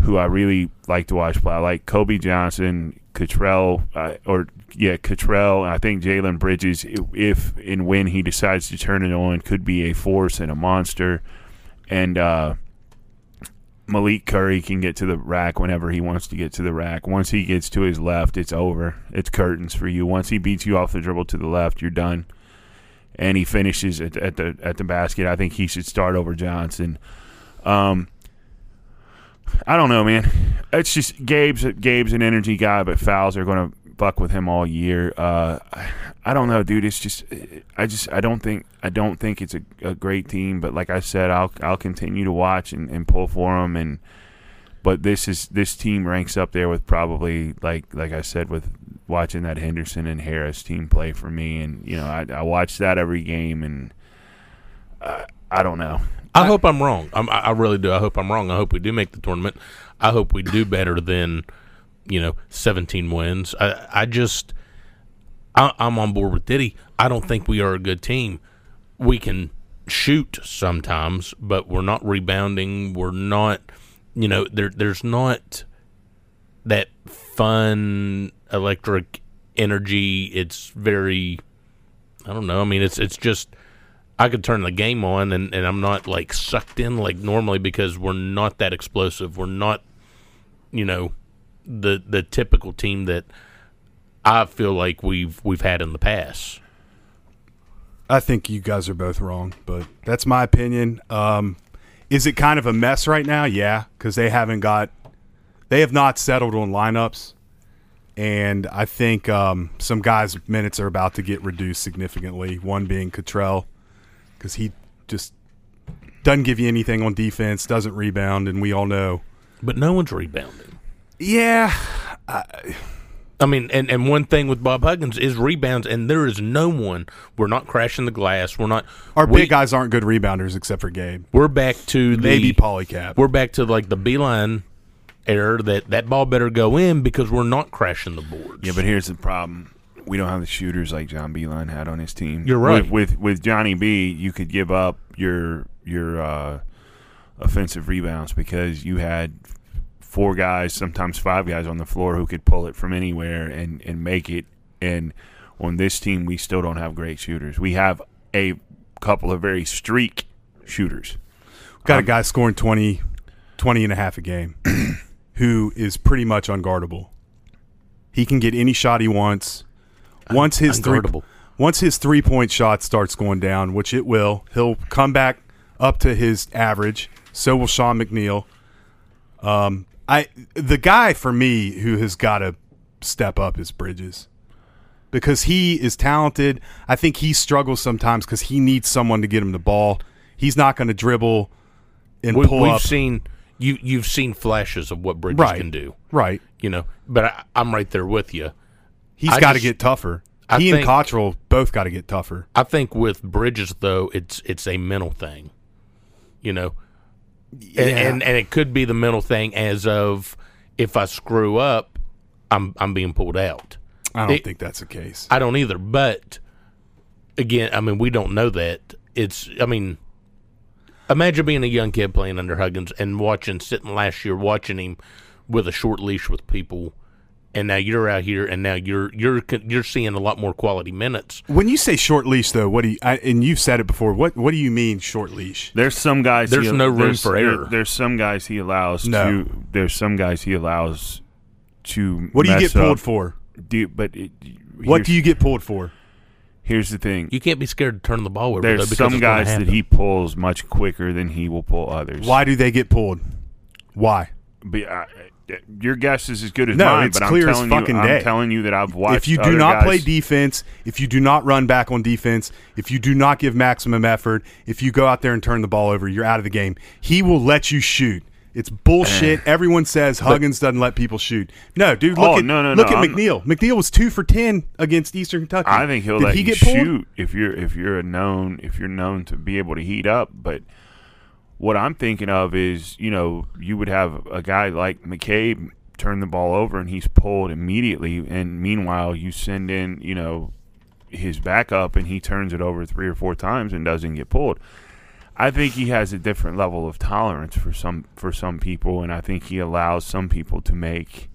S3: who I really like to watch play. I like Kobe Johnson, Cottrell, uh, or yeah, Cottrell. and I think Jalen Bridges, i- if and when he decides to turn it on, could be a force and a monster. And uh, Malik Curry can get to the rack whenever he wants to get to the rack. Once he gets to his left, it's over. It's curtains for you. Once he beats you off the dribble to the left, you're done. And he finishes at, at the at the basket. I think he should start over Johnson. Um, I don't know, man. It's just Gabe's Gabe's an energy guy, but fouls are going to buck with him all year. Uh, I don't know, dude. It's just I just I don't think I don't think it's a, a great team. But like I said, I'll I'll continue to watch and, and pull for them. And but this is this team ranks up there with probably like like I said with watching that Henderson and Harris team play for me. And you know I, I watch that every game, and uh, I, I don't know.
S1: I hope I'm wrong. I'm, I I really do. I hope I'm wrong. I hope we do make the tournament. I hope we do better than, you know, 17 wins. I, I just, I, I'm on board with Diddy. I don't think we are a good team. We can shoot sometimes, but we're not rebounding. We're not, you know, there, there's not that fun electric energy. It's very, I don't know. I mean, it's it's just I could turn the game on and, and I'm not like sucked in like normally because we're not that explosive. We're not, you know, the the typical team that I feel like we've we've had in the past.
S2: I think you guys are both wrong, but that's my opinion. Um, is it kind of a mess right now? Yeah, because they haven't got, they have not settled on lineups, and I think um, some guys' minutes are about to get reduced significantly. One being Cottrell, because he just doesn't give you anything on defense, doesn't rebound, and we all know.
S1: But no one's rebounding.
S2: Yeah,
S1: I mean, and, and one thing with Bob Huggins is rebounds, and there is no one. We're not crashing the glass. We're not.
S2: our
S1: we,
S2: big guys aren't good rebounders except for Gabe,
S1: We're back to the
S2: maybe Polycap.
S1: We're back to like the beeline error that that ball better go in because we're not crashing the boards.
S3: Yeah, but here's the problem. We don't have the shooters like John Beeline had on his team.
S1: You're right.
S3: With with, with Johnny B, you could give up your your uh, offensive rebounds because you had four guys, sometimes five guys on the floor who could pull it from anywhere and, and make it. And on this team, we still don't have great shooters. We have a couple of very streak shooters.
S2: Got a guy scoring 20, 20 and a half a game who is pretty much unguardable. He can get any shot he wants. Once his three,
S1: unguardable.
S2: once his three point shot starts going down, which it will, he'll come back up to his average. So will Sean McNeil. Um, I the guy for me who has got to step up is Bridges because he is talented. I think he struggles sometimes because he needs someone to get him the ball. He's not going to dribble and
S1: We,
S2: pull
S1: we've
S2: up.
S1: seen you. You've seen flashes of what Bridges
S2: Right.
S1: can do.
S2: right.
S1: You know, but I, I'm right there with you.
S2: He's
S1: I
S2: got to
S1: just-
S2: get tougher.
S1: I
S2: he and
S1: think-
S2: Cottrell both got to get tougher.
S1: I think with Bridges though, it's it's a mental thing. You know, and, and and it could be the mental thing as of if I screw up, I'm I'm being pulled out.
S2: I don't
S1: it-
S2: think that's the case.
S1: I don't either. But again, I mean, we don't know that. It's, I mean, imagine being a young kid playing under Huggins and watching, sitting last year, watching him with a short leash with people, and now you're out here, and now you're you're you're seeing a lot more quality minutes.
S2: when you say short leash, though, what do you? I, and you've said it before. What What do you mean short leash?
S3: There's some guys.
S1: There's no room
S3: there's-
S1: for
S3: there-
S1: error.
S3: there's some guys he allows
S2: No.
S3: to. There's some guys he allows to.
S2: What do you
S3: mess
S2: get pulled
S3: up.
S2: for?
S3: Do you- but it,
S2: What
S3: here's-
S2: do you get pulled for?
S3: Here's the thing.
S1: You can't be scared to turn the ball over. though,
S3: there's
S1: because
S3: some
S1: it's gonna
S3: guys that
S1: happen.
S3: he pulls much quicker than he will pull others.
S2: Why do they get pulled? Why?
S3: But, uh, your guess is as good as
S2: No,
S3: mine.
S2: it's
S3: but
S2: clear
S3: I'm
S2: as
S3: telling
S2: fucking
S3: you,
S2: day.
S3: I'm telling you that I've watched.
S2: if you do
S3: other
S2: not
S3: guys-
S2: play defense, if you do not run back on defense, if you do not give maximum effort, if you go out there and turn the ball over, you're out of the game. He will let you shoot. It's bullshit. Everyone says Huggins doesn't let people shoot. No, dude, look
S3: Eh. Oh,
S2: at
S3: no, no,
S2: look
S3: no,
S2: at
S3: I'm-
S2: McNeil. McNeil was two for ten against Eastern Kentucky.
S3: I think he'll
S2: Did
S3: let
S2: he
S3: you
S2: get pulled?
S3: shoot if you're if you're a known if you're known to be able to heat up. But what I'm thinking of is you know you would have a guy like McCabe turn the ball over and he's pulled immediately, and meanwhile you send in you know his backup and he turns it over three or four times and doesn't get pulled. I think he has a different level of tolerance for some for some people, and I think he allows some people to make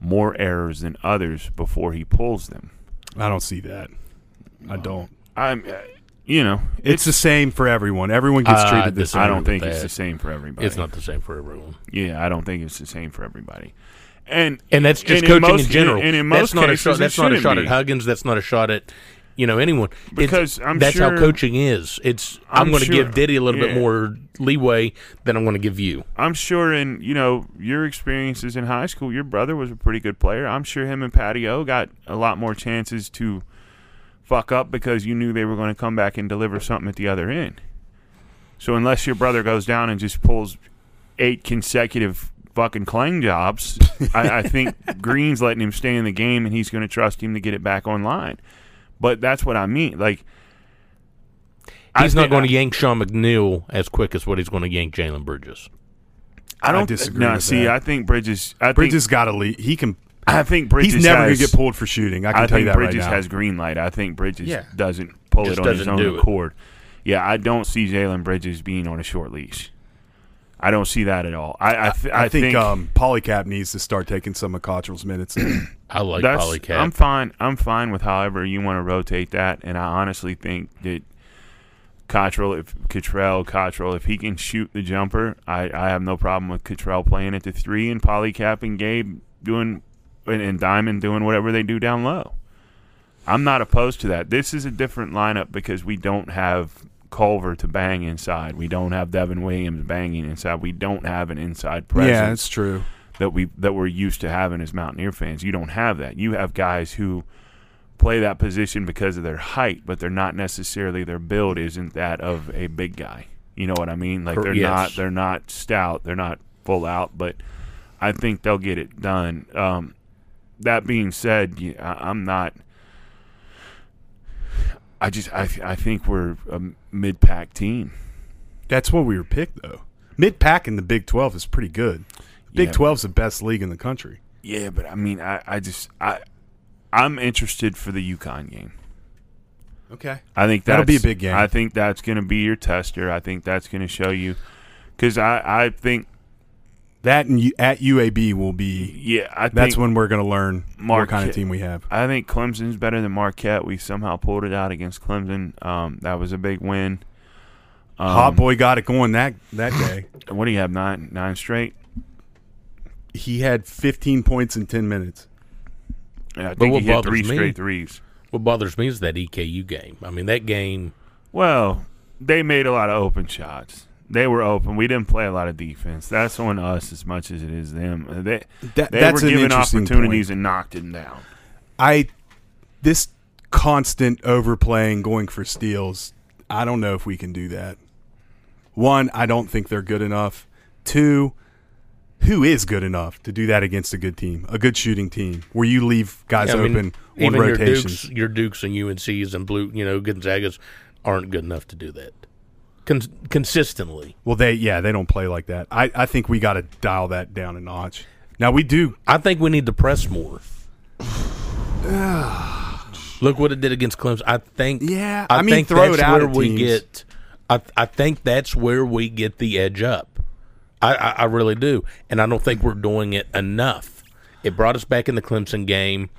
S3: more errors than others before he pulls them.
S2: I don't see that. I don't.
S3: I'm, uh, you know,
S2: It's, the same for everyone. Everyone gets
S1: Uh,
S2: treated the
S1: this-
S2: same.
S3: I don't
S1: agree with
S3: think it's
S1: that.
S3: the same for everybody.
S1: It's not the same for everyone,
S3: Yeah, I don't think it's the same for everybody. And
S1: and that's just
S3: and
S1: coaching in,
S3: most-
S1: general.
S3: And in
S1: that's
S3: most
S1: not
S3: cases,
S1: a
S3: it
S1: shot. That's not a
S3: shouldn't
S1: shot
S3: be.
S1: at Huggins. That's not a shot at you know anyone. It's-
S3: Because I'm
S1: that's
S3: sure-
S1: how coaching is. It's I'm,
S3: I'm
S1: going to
S3: sure.
S1: give Diddy a little
S3: Yeah.
S1: bit more leeway than I'm going to give you.
S3: I'm sure in you know your experiences in high school, your brother was a pretty good player. I'm sure him and Patty O got a lot more chances to fuck up because you knew they were going to come back and deliver something at the other end. So unless your brother goes down and just pulls eight consecutive fucking clang jobs, I, I think Green's letting him stay in the game and he's going to trust him to get it back online. But that's what I mean. Like I
S1: He's
S3: thi-
S1: not going to yank Sean McNeil as quick as what he's going to yank Jalen Bridges.
S3: I don't
S2: disagree
S3: Now,
S2: with
S3: see,
S2: that.
S3: I think Bridges. I
S2: Bridges
S3: Think,
S2: got to leave. He can.
S3: I think Bridges.
S2: he's never
S3: has-
S2: gonna get pulled for shooting. I can tell
S3: think
S2: you that
S3: Bridges
S2: right now.
S3: has green light. I think Bridges
S1: Yeah.
S3: doesn't pull
S1: Just
S3: it on his
S1: doesn't
S3: own
S1: do it.
S3: accord. Yeah, I don't see Jalen Bridges being on a short leash. I don't see that at all. I I, th-
S2: I, think, um, Polycap needs to start taking some of Cottrell's minutes. in.
S1: I like
S3: that's
S1: Polycat.
S3: I'm fine. I'm fine with however you want to rotate that, and I honestly think that Cottrell, if Cottrell, Cottrell, if he can shoot the jumper, I, I have no problem with Cottrell playing at the three and Polycap and Gabe doing and, and Diamond doing whatever they do down low. I'm not opposed to that. This is a different lineup because we don't have Culver to bang inside. We don't have Devin Williams banging inside. We don't have an inside presence
S2: yeah, that's true.
S3: that we that we're used to having as Mountaineer fans. You don't have that. You have guys who play that position because of their height, but they're not necessarily their build isn't that of a big guy. You know what I mean? Like
S1: Cor-
S3: they're
S1: yes.
S3: not they're not stout, they're not full out, but I think they'll get it done. Um, that being said, you- I, I'm not. I just I, I think we're a mid pack team.
S2: That's what we were picked though. Mid pack in the Big Twelve is pretty good. Big
S3: Yeah.
S2: Twelve's the best league in the country.
S3: Yeah, but I mean I, I just I I'm interested for the Yukon game.
S2: Okay.
S3: I think
S2: That'll
S3: that's,
S2: be a big game.
S3: I think that's going to be your tester. I think that's going to show you because I, I think
S2: That and you, at UAB will be.
S3: Yeah, I
S2: That's
S3: think
S2: when we're going to learn what kind
S3: Marquette-
S2: of team we have.
S3: I think Clemson's better than Marquette. We somehow pulled it out against Clemson. Um, that was a big win. Um,
S2: Hot boy got it going that that day.
S3: What do you have? Nine nine straight.
S2: he had 15 points in 10 minutes.
S3: Yeah, I
S1: But
S3: think
S1: what
S3: he hit
S1: bothers
S3: three
S1: me-
S3: straight threes.
S1: What bothers me is that EKU game. I mean, that game.
S3: Well, they made a lot of open shots. They were open. We didn't play a lot of defense. That's on us as much as it is them. Uh, They
S2: That-
S3: they
S2: that's
S3: were
S2: an
S3: given
S2: interesting
S3: opportunities and knocked them down.
S2: I this constant overplaying going for steals. I don't know if we can do that. One, I don't think they're good enough. Two, who is good enough to do that against a good team, a good shooting team, where you leave guys
S1: I mean,
S2: open on
S1: even your Dukes,
S2: rotations?
S1: your Dukes and UNCs and blue, you know, Gonzagas aren't good enough to do that Con- consistently.
S2: Well, they yeah, they don't play like that. I, I think we got to dial that down a notch. Now we do.
S1: I think we need to press more. Look what it did against Clemson. I think.
S2: Yeah,
S1: I,
S2: I mean,
S1: think
S2: throw
S1: that's
S2: it out
S1: where
S2: at
S1: we
S2: teams.
S1: get. I I think that's where we get the edge up. I, I I really do, and I don't think we're doing it enough. It brought us back in the Clemson game,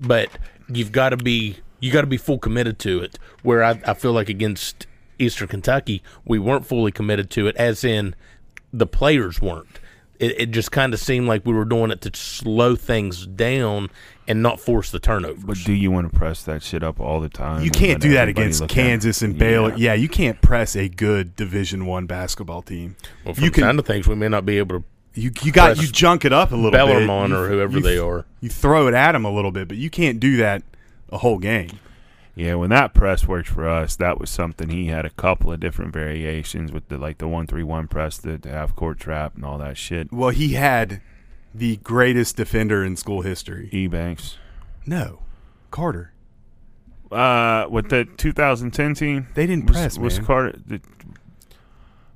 S1: but you've got to be you got to be full committed to it. Where I, I feel like against Eastern Kentucky, we weren't fully committed to it, as in the players weren't. It, it just kind of seemed like we were doing it to slow things down and not force the turnovers.
S3: But do you want to press that shit up all the time?
S2: You
S3: and
S2: can't
S3: let
S2: do that
S3: everybody
S2: against
S3: look at it?
S2: Kansas and Baylor.
S3: Yeah.
S2: Yeah. you can't press a good Division One basketball team.
S1: well, from
S2: you can
S1: kind of things we may not be able to
S2: You you got
S1: Press
S2: you junk it up a little
S1: Bellarmine
S2: bit,
S1: or whoever
S2: you,
S1: they are.
S2: You throw it at them a little bit, but you can't do that a whole game.
S3: Yeah, when that press worked for us, that was something he had a couple of different variations with the like the one three one press, the, the half court trap, and all that shit.
S2: Well, he had the greatest defender in school history.
S3: Ebanks,
S2: No, Carter.
S3: uh, with the 2010 team,
S2: They didn't
S3: was,
S2: press,
S3: was
S2: man.
S3: Carter. The,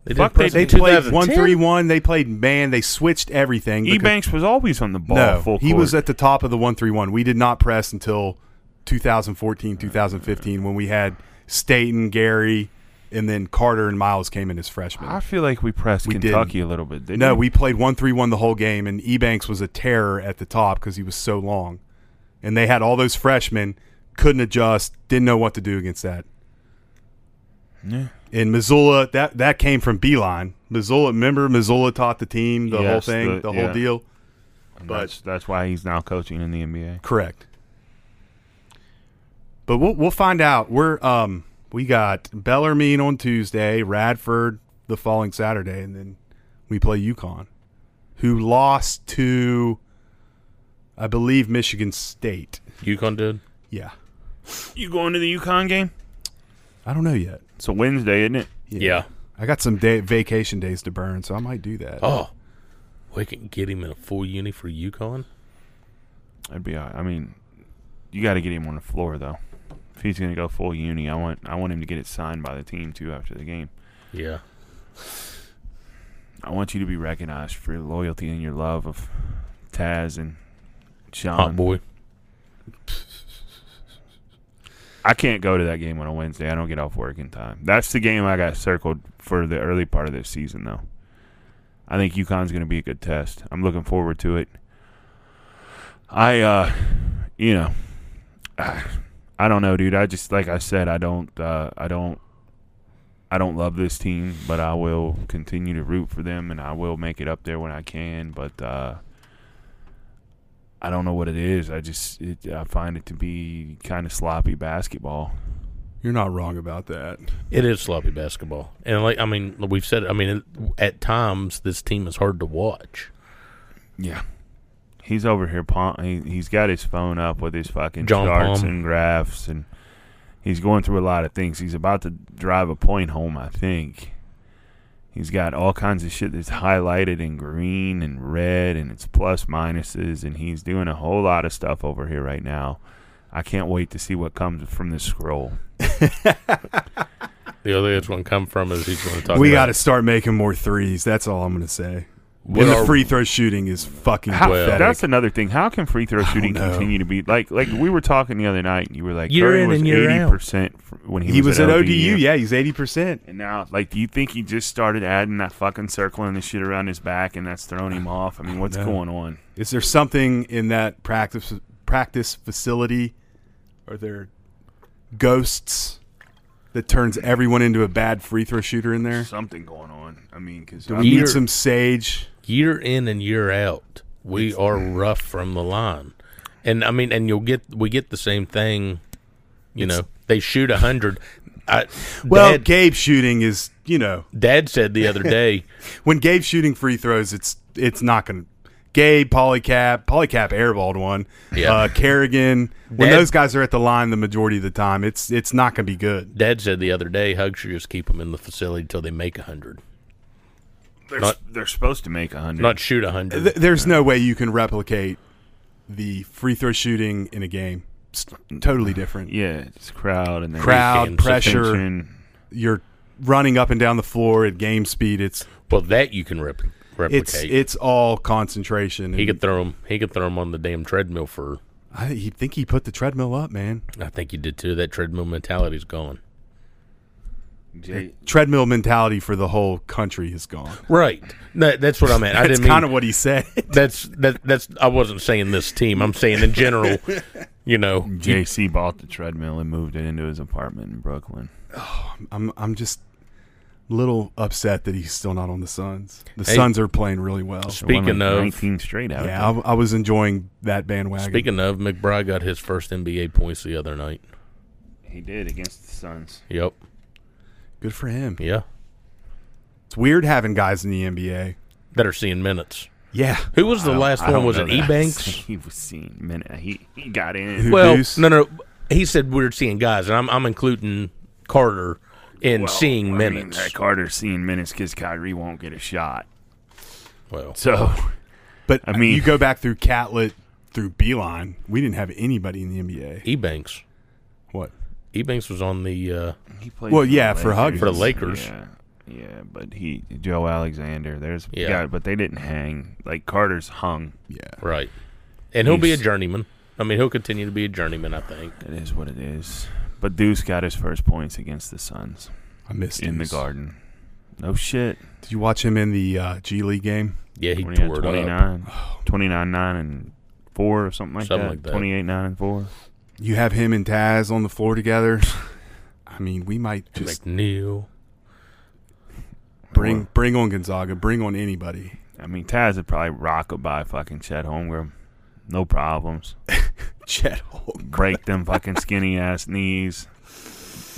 S1: They
S3: Fuck,
S1: press
S3: they-
S2: They
S1: in
S2: played
S1: 2010.
S2: one three one. They played man. They switched everything. because-
S3: Ebanks was always on the ball.
S2: no,
S3: full
S2: he was
S3: court.
S2: at the top of the one three one. We did not press until 2014, 2015, when we had Staten, Gary, and then Carter and Miles came in as freshmen.
S3: I feel like we pressed
S2: We
S3: Kentucky
S2: didn't.
S3: a little bit. Didn't
S2: No, we played one three one the whole game, and Ebanks was a terror at the top because he was so long, and they had all those freshmen couldn't adjust, didn't know what to do against that.
S3: Yeah.
S2: In Missoula, that that came from Beeline. Missoula, remember Missoula taught the team the
S3: Yes,
S2: whole thing,
S3: the-
S2: the, whole
S3: yeah.
S2: deal.
S3: And
S2: but-
S3: that's, that's why he's now coaching in the NBA.
S2: Correct. But we'll we'll find out. We're um we got Bellarmine on Tuesday, Radford the following Saturday, and then we play UConn, who lost to I believe Michigan State.
S1: UConn did.
S2: Yeah.
S3: You going to the UConn game?
S2: I don't know yet.
S3: It's a Wednesday, isn't it?
S1: Yeah.
S2: I got some day, vacation days to burn, so I might do that.
S1: Oh, we can get him in a full uni for UConn.
S3: I'd be. all right. I mean, you got to get him on the floor though. If he's gonna go full uni, I want I want him to get it signed by the team too after the game.
S1: Yeah.
S3: I want you to be recognized for your loyalty and your love of Taz and
S1: Hot
S3: Sean.
S1: Oh, boy.
S3: I can't go to that game on a Wednesday. I don't get off work in time. That's the game I got circled for the early part of this season, though. I think UConn's going to be a good test. I'm looking forward to it. I, uh, you know, I don't know, dude. I just like I said, I don't, uh, I don't, I don't love this team, but I will continue to root for them, and I will make it up there when I can. But uh, I don't know what it is. I just it, I find it to be kind of sloppy basketball.
S2: You're not wrong about that.
S1: It is sloppy basketball, and like I mean, we've said. it. I mean, it, at times this team is hard to watch.
S3: Yeah. He's over here. Pom- he, he's got his phone up with his fucking
S1: John
S3: charts
S1: Palm.
S3: and graphs, and he's going through a lot of things. He's about to drive a point home, I think. He's got all kinds of shit that's highlighted in green and red, and it's plus minuses, and he's doing a whole lot of stuff over here right now. I can't wait to see what comes from this scroll.
S1: The other it's going to come from is he's going to talk.
S2: we
S1: about
S2: got to start making more threes. That's all I'm going to say.
S1: What
S2: and
S1: are-
S2: the free throw shooting is fucking
S3: How,
S2: pathetic.
S3: that's another thing. How can free throw shooting
S2: know.
S3: continue to be like like we were talking the other night? and You were like
S1: Year
S3: Curry
S1: in
S3: was
S1: and year out.
S3: percent when he,
S2: he was at ODU.
S3: ODU.
S2: Yeah, he's eighty percent.
S3: And now, like, do you think he just started adding that fucking circle and the shit around his back, and that's thrown him off? I mean, what's going on?
S2: Is there something in that practice practice facility? Are there ghosts that turns everyone into a bad free throw shooter in there?
S3: Something going on. I mean, because
S2: Do we
S1: Either-
S2: need some sage?
S1: year in and year out, we are rough from the line, and I mean, and you'll get we get the same thing. You know, they shoot a hundred. I,
S2: Well,
S1: Dad,
S2: Gabe shooting is you know
S1: Dad said the other day,
S2: when Gabe's shooting free throws, it's it's not going to. Gabe, Polycap, Polycap airballed one.
S1: Yeah.
S2: Uh, Kerrigan. When
S1: That-
S2: those guys are at the line the majority of the time, it's it's not going to be good.
S1: Dad said the other day, Hugs should just keep them in the facility till they make a hundred,
S3: they're,
S1: Not-
S3: they're supposed to make a hundred.
S1: not shoot a hundred.
S2: Th- there's no way you can replicate the free throw shooting in a game. It's
S1: Uh,
S2: totally different.
S3: yeah, it's crowd and then
S2: Crowd
S1: Defense,
S2: pressure.
S3: attention.
S2: You're running up and down the floor at game speed. It's
S1: well, that you can repl- replicate.
S2: it's it's all concentration.
S1: he
S2: And
S1: could throw him. He could throw him on the damn treadmill for.
S2: I he- think he put the treadmill up, man.
S1: I think he did too. That treadmill mentality's gone.
S3: Jay-
S2: Treadmill mentality for the whole country is gone.
S1: Right. That, that's what I meant. I
S2: That's
S1: didn't mean
S2: kind of what he said.
S1: That's that. That's. I wasn't saying this team. I'm saying in general. You know,
S3: JC bought the treadmill and moved it into his apartment in Brooklyn.
S2: I'm I'm just a little upset that he's still not on the Suns. The
S1: Hey.
S2: Suns are playing really well.
S3: They won,
S1: Speaking
S3: like,
S1: of-
S3: nineteen straight out.
S2: Yeah, I, I was enjoying that bandwagon.
S1: speaking of McBride, got his first NBA points the other night.
S3: he did against the Suns.
S1: Yep.
S2: Good for him.
S1: Yeah.
S2: It's weird having guys in the NBA.
S1: That are seeing minutes.
S2: Yeah.
S1: Who was the last
S3: I
S1: one?
S3: don't
S1: Was
S3: know
S1: it
S3: that.
S1: Ebanks?
S3: He was seen minute. He he got in.
S1: Well,
S2: Deuce?
S1: no, no. He said we're seeing guys, and I'm I'm including Carter in seeing
S3: I mean,
S1: minutes.
S3: that Carter's seeing minutes because Kyrie won't get a shot.
S1: well,
S3: So
S2: But
S3: I mean-
S2: you go back through Catlett, through Beeline, we didn't have anybody in the NBA.
S1: Ebanks.
S2: What?
S1: Ebanks was on the. Uh,
S3: he played.
S2: Well, yeah, for Huggins.
S1: For the Lakers.
S3: Yeah, yeah, but he Joe Alexander. There's
S1: Yeah.
S3: yeah. but they didn't hang. Like Carter's hung.
S2: Yeah.
S1: right. And he'll be a
S3: He's-
S1: journeyman. I mean, he'll continue to be a journeyman. I think.
S3: It is what it is. But Deuce got his first points against the Suns
S2: I missed
S3: in the
S2: Deuce.
S3: Garden. No shit.
S2: Did you watch him in the uh, G League game?
S1: Yeah, he uh,
S3: When he had
S1: tore it up.
S3: 29, 29, 9, and four or something like
S1: Something
S3: that.
S1: like that.
S3: 28, 9, and four.
S2: You have him and Taz on the floor together. I mean, we might just
S1: McNeil.
S2: bring bring on Gonzaga, bring on anybody.
S3: I mean, Taz would probably rock it by fucking Chet Holmgren. No problems.
S2: Chet Holmgren.
S3: Break them fucking skinny ass knees.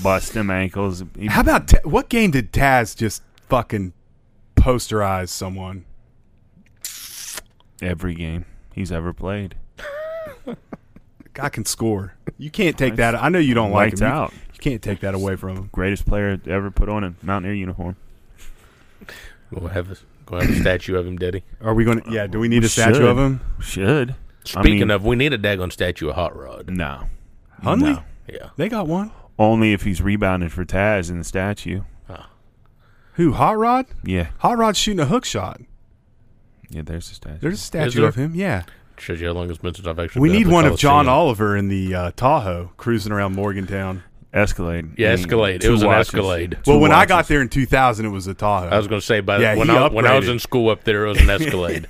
S3: Bust them ankles. He-
S2: How about Ta- what game did Taz just fucking posterize someone?
S3: every game he's ever played?
S2: Guy can score. You can't take that. I know you don't like
S3: Lights
S2: him. You-
S3: out.
S2: You, can't take that away from him.
S3: Greatest player to ever put on a Mountaineer uniform.
S1: We'll have a, we'll have a statue of him, Daddy.
S2: Are we going to? Yeah. Do we need
S3: We
S2: a statue
S3: should.
S2: of him?
S3: Should. I
S1: Speaking
S3: mean-
S1: of, we need a daggone statue of Hot Rod.
S3: No.
S2: Hundley.
S3: No.
S1: Yeah.
S2: They got one.
S3: Only if he's rebounded for Taz in the statue.
S2: Who? Hot Rod.
S3: Yeah.
S2: Hot Rod's shooting a hook shot.
S3: Yeah, there's the statue.
S2: There's a
S1: there?
S2: statue of him. Yeah.
S1: Shows you how long it's been since I've actually.
S2: We
S1: been at
S2: need
S1: the
S2: one of John
S1: Coliseum.
S2: Oliver in the uh, Tahoe cruising around Morgantown.
S3: Escalade.
S1: Yeah,
S3: I mean,
S1: Escalade. It
S3: two
S1: was an
S3: watches.
S1: Escalade.
S3: Two
S2: well, when I
S3: watches.
S2: got there in 2000, it was a Tahoe.
S1: I was going to say, by
S2: Yeah,
S1: when
S2: he
S1: I when I was
S2: upgraded.
S1: in school up there, it was an Escalade.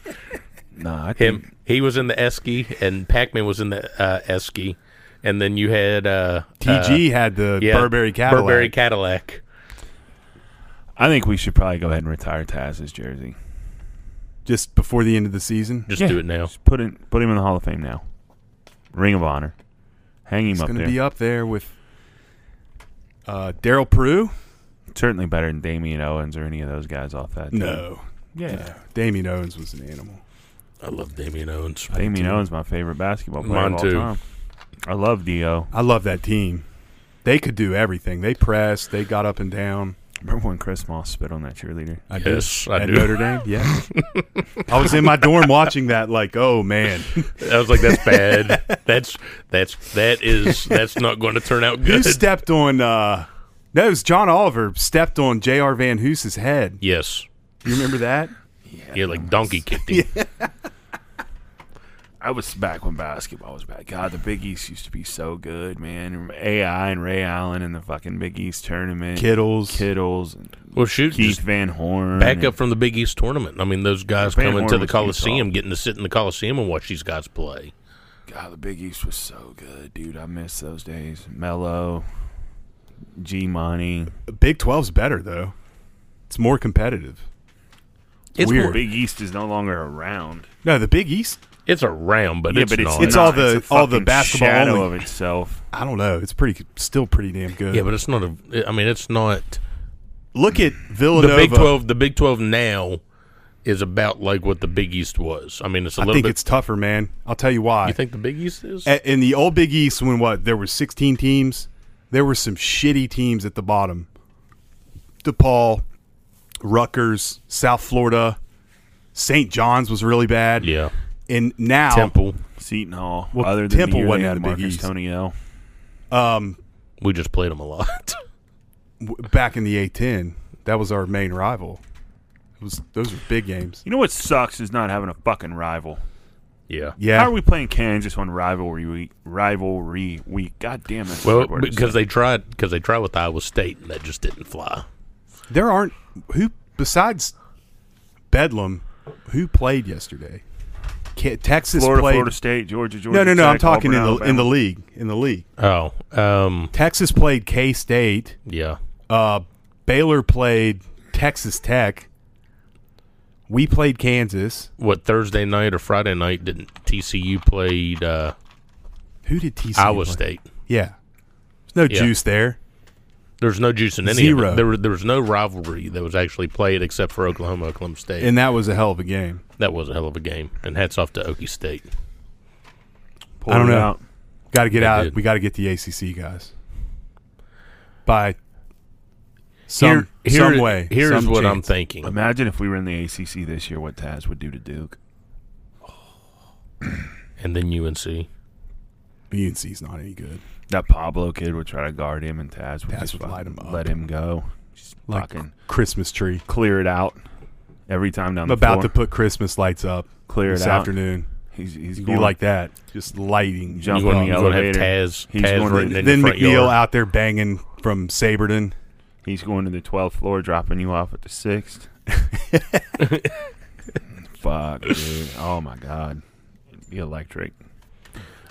S3: Nah, I think
S1: Him, he was in the Esky, and Pac Man was in the uh, Esky, and then you had uh,
S2: TG
S1: uh,
S2: had the
S1: yeah,
S2: Burberry Cadillac.
S1: Burberry Cadillac.
S3: I think we should probably go ahead and retire Taz's jersey.
S2: just before the end of the season.
S1: Just
S3: Yeah.
S1: do it now.
S3: Just put in, put him in the Hall of Fame now. Ring of Honor. Hang him
S2: It's
S3: up
S2: going
S3: there.
S2: to be up there with uh, Daryl Prue.
S3: Certainly better than Damian Owens or any of those guys off that. team.
S2: No,
S3: Yeah.
S2: Damien Owens was an animal.
S1: I love Damian Owens.
S3: Damian Owens, my favorite basketball player
S1: Mine
S3: of all
S1: too.
S3: time. I love Dio.
S2: I love that team. They could do everything. They pressed. They got up and down.
S3: Remember when Chris Moss spit on that cheerleader?
S2: I do.
S1: Yes, I
S2: At
S1: do.
S2: Notre Dame, yeah. I was in my dorm watching that. Like, oh man,
S1: I was like, that's bad. that's that's that is that's not going to turn out
S2: who
S1: good.
S2: stepped on? Uh, no, it was John Oliver stepped on J.R. Van Hoose's head.
S1: yes.
S2: You remember that?
S1: Yeah, like donkey kicked him.
S3: I was back when basketball was back. God, the Big East used to be so good, man. AI and Ray Allen in the fucking Big East tournament.
S2: Kittles.
S3: Kittles, and
S1: Well, shoot,
S3: Keith
S1: just
S3: Van Horn.
S1: back up from the Big East tournament. I mean, those guys
S3: Van
S1: coming
S3: Horn
S1: to the
S3: was
S1: Coliseum,
S3: Utah.
S1: getting to sit in the Coliseum and watch these guys play.
S3: God, the Big East was so good, dude. I miss those days. Mello, G Money.
S2: Big 12's better though. It's more competitive.
S1: It's
S2: Weird.
S1: more-
S3: Big East is no longer around.
S2: No, the Big East.
S1: It's around, but it's not.
S2: it's all the-
S3: a
S2: all the
S3: fucking
S2: basketball
S3: shadow
S2: only.
S3: of itself.
S2: I don't know. It's pretty, still pretty damn good.
S1: yeah, but it's not a. I mean, it's not
S2: look at
S1: the
S2: Villanova.
S1: Big Twelve. The Big Twelve now is about like what the Big East was. I mean, it's a
S2: I
S1: little
S2: think
S1: bit.
S2: it's tougher, man. I'll tell you why.
S1: you think the Big East is?
S2: A- in the old Big East, when what there were 16 teams, there were some shitty teams at the bottom. DePaul, Rutgers, South Florida, St. John's was really bad.
S1: yeah,
S2: and now
S1: Temple.
S3: Seton Hall.
S2: Well,
S3: other than
S2: Temple
S3: the year
S2: wasn't
S3: they
S2: out
S3: had
S2: of Big
S3: Marcus
S2: East.
S3: Tonio.
S2: um,
S1: We just played them a lot.
S2: w- back in the A10, that was our main rival. It was those were big games.
S3: You know what sucks is not having a fucking rival.
S1: yeah.
S2: Yeah,
S3: How are we playing Kansas on rivalry week? Rivalry week. God damn it.
S1: Well, because they tried because they tried with Iowa State and that just didn't fly.
S2: there aren't who besides Bedlam who played yesterday. Ca- Texas
S3: Florida,
S2: played.
S3: Florida State, Georgia, Georgia.
S2: no, no, no. I'm
S3: Tech,
S2: talking in
S3: Auburn,
S2: the in the
S3: Alabama.
S2: league. In the league,
S1: Oh, um,
S2: Texas played K State.
S1: yeah.
S2: Uh, Baylor played Texas Tech. We played Kansas.
S1: What Thursday night or Friday night didn't TCU played uh,
S2: Who did TCU?
S1: Iowa
S2: play?
S1: State?
S2: Yeah. There's no
S1: Yeah.
S2: juice there.
S1: There's no juice in any Of
S2: Zero.
S1: it. There, were- there was no rivalry that was actually played except for Oklahoma, Oklahoma State.
S2: And that was a hell of a game.
S1: that was a hell of a game. And hats off to Okie State.
S3: Pulled
S2: I don't
S3: it
S2: know.
S3: out.
S2: Got to get
S1: They
S2: out.
S1: did.
S2: We got to get the ACC guys. By some some way.
S1: Here's
S2: some
S1: what I'm
S2: chance.
S1: thinking.
S3: Imagine if we were in the ACC this year, what Taz would do to Duke.
S1: And then UNC.
S2: UNC's not any good.
S3: That Pablo kid would try to guard him, and Taz would
S2: Taz
S3: just
S2: would
S3: fucking
S2: light him up.
S3: let him go. Just
S2: Like
S3: fucking
S2: Christmas tree.
S3: clear it out every time down
S2: I'm
S3: the
S2: about to
S3: floor.
S2: put Christmas lights up
S3: clear
S2: this
S3: it out.
S2: afternoon.
S3: He's he's
S2: Be
S3: going
S2: like that, just lighting.
S3: Jump
S1: You're going
S3: on the
S1: to have
S3: elevator.
S1: Taz,
S3: He's
S1: Taz
S3: going to-
S1: written in
S2: then
S1: your front
S2: McNeil
S1: yard.
S2: out there banging from Saberton.
S3: He's going to the 12th floor, dropping you off at the 6th. Fuck, dude. Oh, my God. It'd be electric.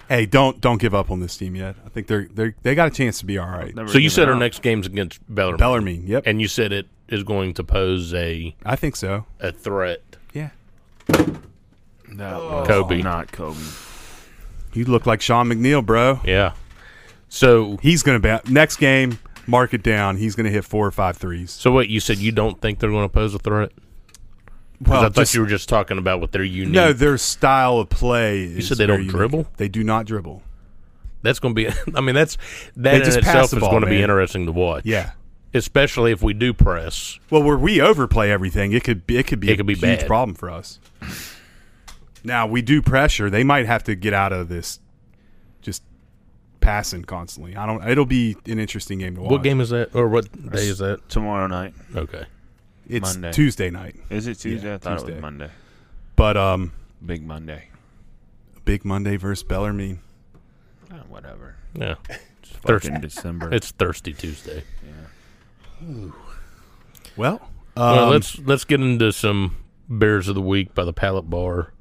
S2: Hey, don't don't give up on this team yet. I think they're they they got a chance to be all right.
S3: Never
S1: So you
S3: give
S1: said
S3: it
S1: our
S3: up.
S1: next game's against Bellarmine.
S2: Bellarmine, yep,
S1: and you said it is going to pose a,
S2: I think so.
S1: a threat.
S2: Yeah,
S3: That was
S1: Kobe.
S3: Oh, Not Kobe.
S2: you look like Sean McNeil, bro.
S1: Yeah. So
S2: He's gonna bat next game. Mark it down. He's gonna hit four or five threes.
S1: so what you said you don't think they're going to pose a threat? Because
S2: Well,
S1: I thought
S2: just-
S1: you were just talking about what they're unique.
S2: no, their style of play. You
S1: said they don't dribble?
S2: They do not dribble.
S1: that's going to be. I mean, that's that in
S2: just pass
S1: itself
S2: the
S1: is
S2: ball,
S1: going to be
S2: man.
S1: interesting to watch.
S2: Yeah.
S1: especially if we do press.
S2: Well, where we overplay everything, it could be it could be
S1: It
S2: a
S1: could be
S2: huge
S1: bad.
S2: problem for us. Now we do pressure; they might have to get out of this, just passing constantly. I don't. It'll be an interesting game to watch.
S1: What game is that, or what day is that?
S3: Tomorrow night.
S1: Okay,
S2: It's
S3: Monday.
S2: Tuesday night,
S3: Is it Tuesday? I thought it
S2: Tuesday.
S3: was Monday.
S2: but um,
S3: Big Monday.
S2: Big Monday versus Bellarmine.
S3: Ah, whatever.
S1: yeah,
S3: It's
S1: Thursday.
S3: fucking December.
S1: it's Thirsty Tuesday.
S2: Well, um,
S1: well, let's let's get into some beers of the week by the Pallet Bar.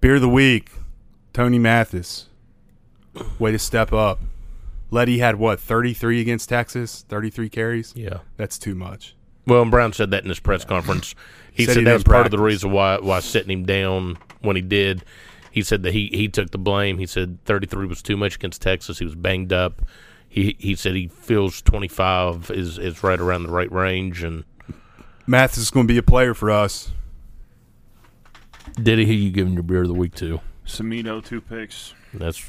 S2: beer of the week. Tony Mathis, way to step up. Letty had what thirty three against Texas, thirty three carries.
S1: Yeah.
S2: That's too much.
S1: Well, and Brown said that in his press conference. He
S2: Said
S1: said,
S2: he
S1: that was
S2: didn't
S1: part of the
S2: practice.
S1: reason why why sitting him down when he did. He said that he, he took the blame. He said 33 was too much against Texas. He was banged up. He he said he feels 25 is is right around the right range. And
S2: Mathis is going to be a player for us.
S1: Diddy, who you giving your beer of the week to?
S3: Samito, two picks.
S1: That's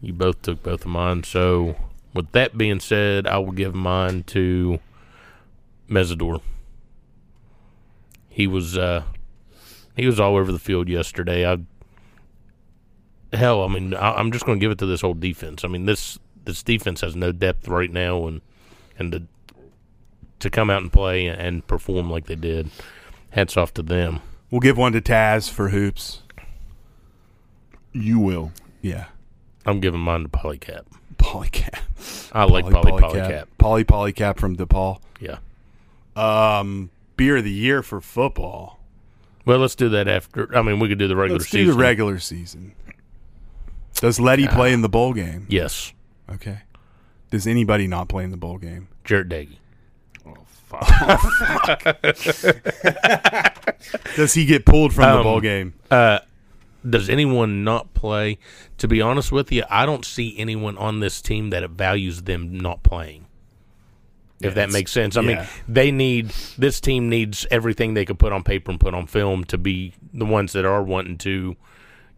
S1: you both took both of mine. So with that being said, I will give mine to Mesidor. He was uh he was all over the field yesterday. I hell, I mean, I, I'm just going to give it to this whole defense. I mean, this this defense has no depth right now, and and to to come out and play and perform like they did Hats off to them.
S2: We'll give one to Taz for hoops.
S3: You will.
S2: Yeah.
S1: I'm giving mine to Polycat.
S2: Polycat.
S1: I like Poly Polycat.
S2: Poly Polycat from DePaul.
S1: Yeah.
S2: Um, beer of the year for football.
S1: Well, let's do that after. I mean, we could do the regular
S2: Let's do
S1: season.
S2: the regular season. Does Letty play in the bowl game?
S1: yes,
S2: Okay. Does anybody not play in the bowl game?
S1: Jared Daggy.
S2: Does he get pulled from the
S1: Um,
S2: bowl game?
S1: Does anyone not play? To be honest with you, I don't see anyone on this team that values them not playing. If that
S2: it's-
S1: makes sense. I mean,
S2: yeah.
S1: they need this team needs everything they could put on paper and put on film to be the ones that are wanting to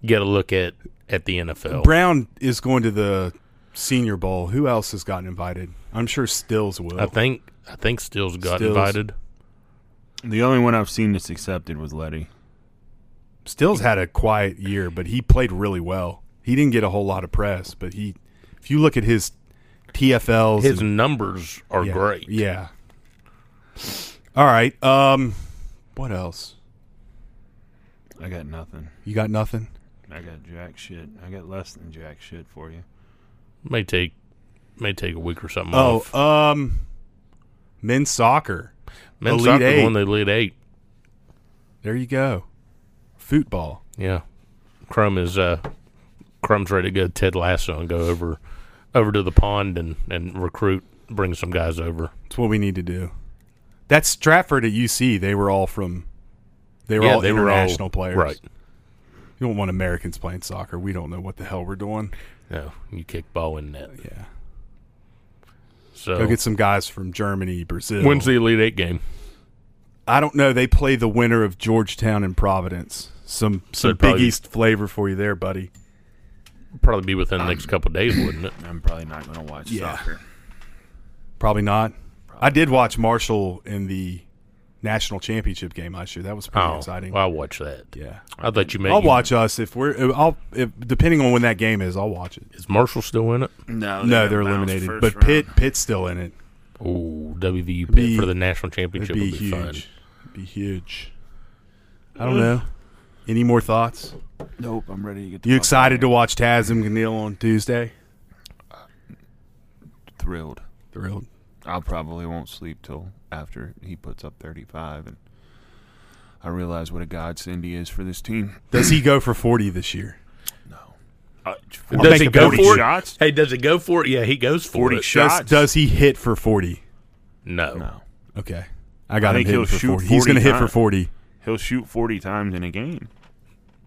S1: get a look at at the NFL.
S2: Brown is going to the Senior Bowl. Who else has gotten invited? I'm sure Stills will.
S1: I think I think Stills got
S2: Stills.
S1: invited.
S3: The only one I've seen that's accepted was Letty.
S2: Stills had a quiet year, but he played really well. He didn't get a whole lot of press, but he, if you look at his TFLs,
S1: His
S2: and-
S1: numbers are
S2: yeah,
S1: great.
S2: Yeah. All right. Um, what else?
S3: I got nothing.
S2: You got nothing?
S3: I got jack shit. I got less than jack shit for you.
S1: May take may take a week or something
S2: Oh,
S1: off.
S2: um, men's soccer.
S1: Men's
S2: Elite
S1: soccer
S2: Eight.
S1: won the Elite Eight.
S2: There you go. Football.
S1: Yeah, Crum is uh, Crum's ready to go. Ted Lasso and go over over to the pond and and recruit, bring some guys over.
S2: That's what we need to do. That's Stratford at UC. They were all from. They were all international players.
S1: right?
S2: You don't want Americans playing soccer. We don't know what the hell we're doing.
S1: No, you kick ball in net.
S2: Yeah.
S1: So
S2: Go get some guys from Germany, Brazil.
S1: when's the Elite Eight game?
S2: I don't know. They play the winner of Georgetown and Providence. Some some
S1: it'd probably-
S2: Big East flavor for you there, buddy.
S1: Probably be within the next couple days, wouldn't it?
S3: I'm probably not going to watch
S2: Yeah.
S3: soccer.
S2: Probably not. I did watch Marshall in the national championship game last year. That was pretty
S1: Oh,
S2: exciting.
S1: well, I'll watch that.
S2: yeah.
S1: I thought you meant
S2: I'll
S1: you-
S2: watch us if we're. I'll if, depending on when that game is. I'll watch it.
S1: Is Marshall still in it?
S3: No,
S2: No, they're eliminated. But Pitt, Pitt's still in it.
S1: Oh, WVU Pitt
S2: be-
S1: for the national
S2: It'd
S1: championship
S2: be,
S1: would be
S2: huge.
S1: fun.
S2: It'd be huge. I don't know. Any more thoughts?
S3: Nope, I'm ready to get.
S2: You excited to watch Taz and McNeil on Tuesday?
S3: Thrilled.
S2: Thrilled.
S3: I probably won't sleep till after he puts up 35, and I realize what a godsend he is for this team.
S2: Does he go for forty this year?
S3: Uh,
S1: Does he
S2: make a
S1: go
S2: 40
S1: for
S3: shots?
S1: it? Hey, does it go for it? Yeah, he goes for
S3: 40
S1: it.
S2: Does,
S3: shots?
S2: does he hit for forty?
S1: No.
S3: no,
S2: Okay, I got
S3: I
S2: him
S3: think
S2: hitting
S3: he'll
S2: for
S3: shoot
S2: 40. He's
S3: 40
S2: going to hit for
S3: times.
S2: forty.
S3: he'll shoot 40 times in a game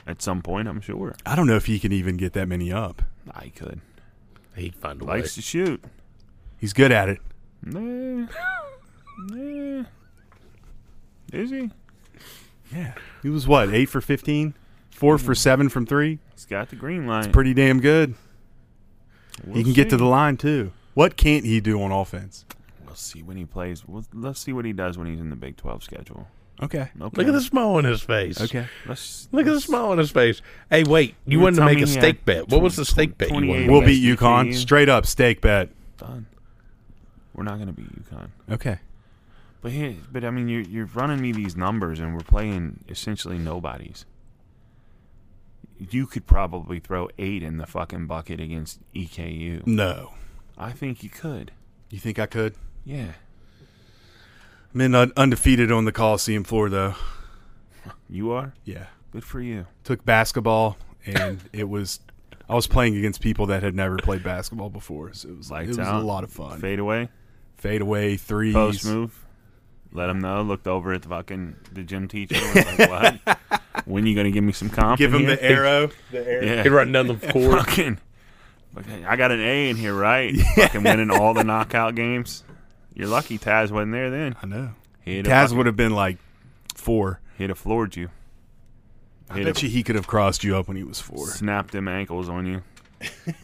S3: at some point. I'm sure.
S2: I don't know if he can even get that many up.
S3: I could.
S1: He'd find a way.
S3: Likes to shoot.
S2: He's good at it.
S3: Nah. nah. Is he?
S2: Yeah, he was what eight for 15? Four
S3: Mm.
S2: for seven from three.
S3: He's got the green line.
S2: Pretty damn good.
S3: We'll
S2: He can get to
S3: see.
S2: the line too. What can't he do on offense?
S3: We'll see when he plays. We'll, let's see what he does when he's in the Big 12 schedule.
S2: Okay.
S3: Okay.
S1: Look at the smile on his face.
S2: Okay.
S3: Let's,
S1: Look at the
S3: let's-
S1: smile on his face. Hey, wait! You
S3: You're
S1: wanted to
S3: telling
S1: make
S3: me
S1: a
S3: he
S1: steak
S3: had
S1: bet. What was the steak bet? You
S3: 28
S1: wanted to
S2: We'll
S1: make?
S2: beat UConn
S3: SDCU.
S2: straight up stake bet.
S3: Done. We're not going to beat UConn.
S2: Okay.
S3: But here, but I mean, you're you're running me these numbers, and we're playing essentially nobodies. You could probably throw eight in the fucking bucket against EKU.
S2: No.
S3: I think you could.
S2: You think I could?
S3: Yeah,
S2: I'm in un- undefeated on the Coliseum floor though.
S3: you are.
S2: Yeah.
S3: Good for you.
S2: Took basketball and it was I was playing against people that had never played basketball before, so it was
S3: Lights
S2: it was
S3: out.
S2: a lot of fun. Fade,
S3: Fade away,
S2: away threes.
S3: post move. Let him know. Looked over at the fucking the gym teacher. Was like, what? when you gonna give me some comp?
S2: Give
S3: in
S2: him
S3: here?
S2: the arrow. The arrow.
S3: Yeah.
S1: He'd run down the court.
S3: Fucking. fucking- I got an A in here, right? Fucking winning all the knockout games. You're lucky Taz wasn't there then.
S2: I know.
S3: He'd have
S2: Taz
S3: fucking-
S2: would have been like four.
S3: He'd have floored you.
S2: I
S3: He'd
S2: bet
S3: have
S2: you he could have crossed you up when he was four.
S3: snapped them ankles on you,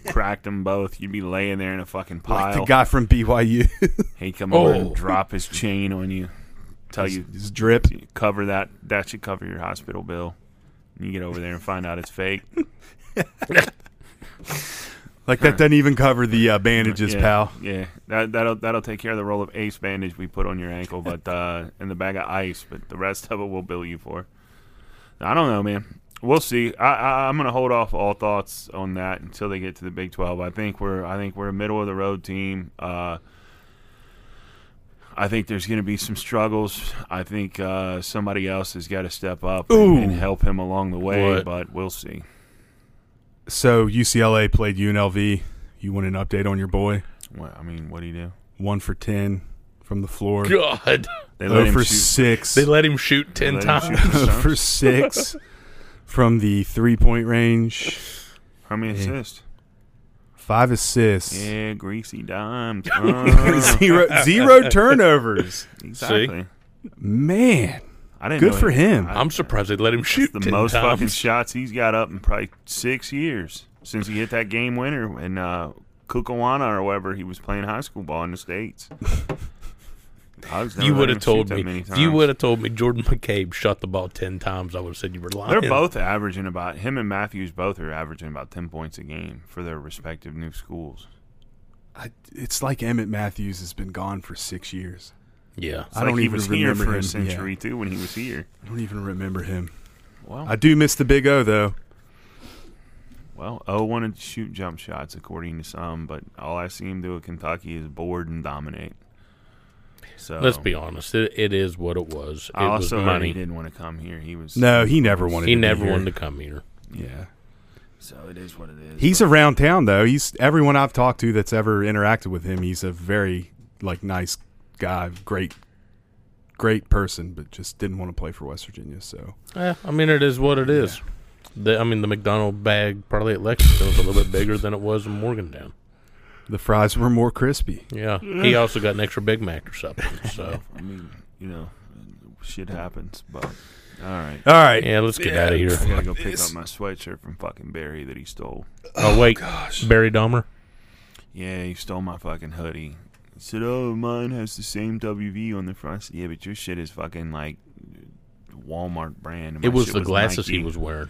S3: cracked them both. You'd be laying there in a fucking
S2: Like the
S3: pile.
S2: guy from BYU.
S3: He'd come over
S1: Oh.
S3: and drop his chain on you, tell Oh, you
S2: His drip.
S3: cover that. That should cover your hospital bill. You get over there and find out it's fake.
S2: Like that doesn't even cover the uh, bandages,
S3: yeah,
S2: pal.
S3: Yeah, that, that'll that'll take care of the roll of ace bandage we put on your ankle, but uh, and the bag of ice, but the rest of it we'll bill you for. I don't know, man. We'll see. I, I I'm gonna hold off all thoughts on that until they get to the Big Twelve. I think we're I think we're a middle of the road team. Uh, I think there's going to be some struggles. I think uh, somebody else has got to step up and, and help him along the way,
S1: What?
S3: but we'll see.
S2: So UCLA played UNLV. You want an update on your boy?
S3: Well, I mean, what do you do?
S2: One for ten from the floor.
S1: God,
S3: They
S2: Oh for
S3: shoot-
S2: six.
S1: they let him shoot ten
S3: let him
S1: times.
S3: shoot the
S2: for
S3: stumps.
S2: six from the three point range.
S3: How many assists?
S2: Five assists.
S3: Yeah, greasy dimes. Uh,
S2: Zero zero turnovers.
S3: exactly.
S2: Man.
S3: I didn't.
S2: Good
S3: know
S2: for
S3: he-
S2: him.
S3: I-
S1: I'm surprised they let him shoot
S3: the
S1: 10
S3: most
S1: times.
S3: fucking shots he's got up in probably six years since he hit that game winner in uh, Kukawana or wherever he was playing high school ball in the states. Dogs never
S1: You
S3: let
S1: would
S3: him
S1: have
S3: shoot
S1: told
S3: that
S1: me.
S3: many
S1: If you
S3: times.
S1: would have told me Jordan McCabe shot the ball ten times, I would have said you were lying.
S3: They're both averaging about him and Matthews. Both are averaging about ten points a game for their respective new schools.
S2: I, it's like Emmett Matthews has been gone for six years.
S1: Yeah.
S3: It's
S2: I
S3: like
S2: don't
S3: he
S2: even
S3: was here
S2: remember
S3: for
S2: him,
S3: a
S2: yeah.
S3: century too when he was here.
S2: I don't even remember him.
S3: Well,
S2: I do miss the Big O though.
S3: Well, oh, O wanted to shoot jump shots, according to some, but all I see him do at Kentucky is board and dominate. So
S1: Let's be honest. It, it is what it was. It
S3: I also
S1: was
S3: heard he
S1: money.
S3: didn't want to come here. He was
S2: No, he never wanted.
S1: He
S2: to
S1: never
S2: be here.
S1: wanted to come here.
S3: yeah. So it is what it is.
S2: He's
S3: but-
S2: around town though. He's everyone I've talked to that's ever interacted with him. He's a very like nice guy, great, great person, but just didn't want to play for West Virginia. So
S1: Yeah, Eh, I mean, it is what it is. The, I mean, the McDonald bag probably at Lexington was a little bit bigger than it was in Morgantown.
S2: the fries were more crispy.
S1: Yeah. He also got an extra Big Mac or something. So,
S3: I mean, you know, shit happens. But all right,
S2: All right,
S1: yeah, let's get out of here.
S3: I gotta go pick up my sweatshirt from fucking Barry that he stole.
S1: Oh, wait. Barry Dahmer?
S3: Yeah, he stole my fucking hoodie. He said, "Oh, mine has the same WV on the front." I said, yeah, but your shit is fucking like Walmart brand. and
S1: It
S3: my
S1: was
S3: shit
S1: the glasses he
S3: Nike.
S1: was wearing.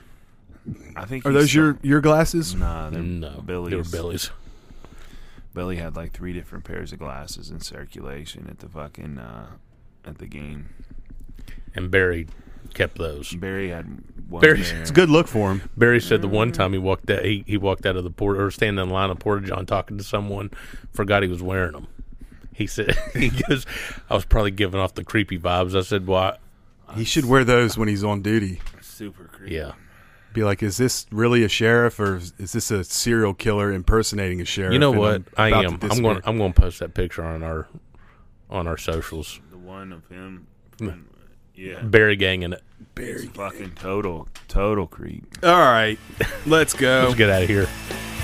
S3: I think.
S2: are
S3: he
S2: those your
S3: stole-
S2: your glasses?
S3: Nah, they're
S1: No.
S3: Billy's.
S1: They were Billy's.
S3: Billy had like three different pairs of glasses in circulation at the fucking uh, at the game.
S1: And Barry kept those.
S3: Barry had one.
S1: Barry-
S3: pair.
S2: It's a good look for him.
S1: Barry said the one time he walked out, he, he walked out of the port or standing in line of Porta John talking to someone, forgot he was wearing them. He said he goes, I was probably giving off the creepy vibes. I said, "Why?
S2: He should wear those when he's on duty.
S3: Super creepy.
S1: Yeah,
S2: Be like, is this really a sheriff or is is this a serial killer impersonating a sheriff?
S1: you know
S2: and
S1: what?
S2: I'm
S1: I am.
S2: about to
S1: I'm going.
S2: disappear?
S1: I'm going to post that picture on our on our socials.
S3: The one of him. and- Yeah.
S1: Barry gang in it.
S3: Barry. Fucking total, total creep.
S2: All right, let's go.
S1: Let's get out of here.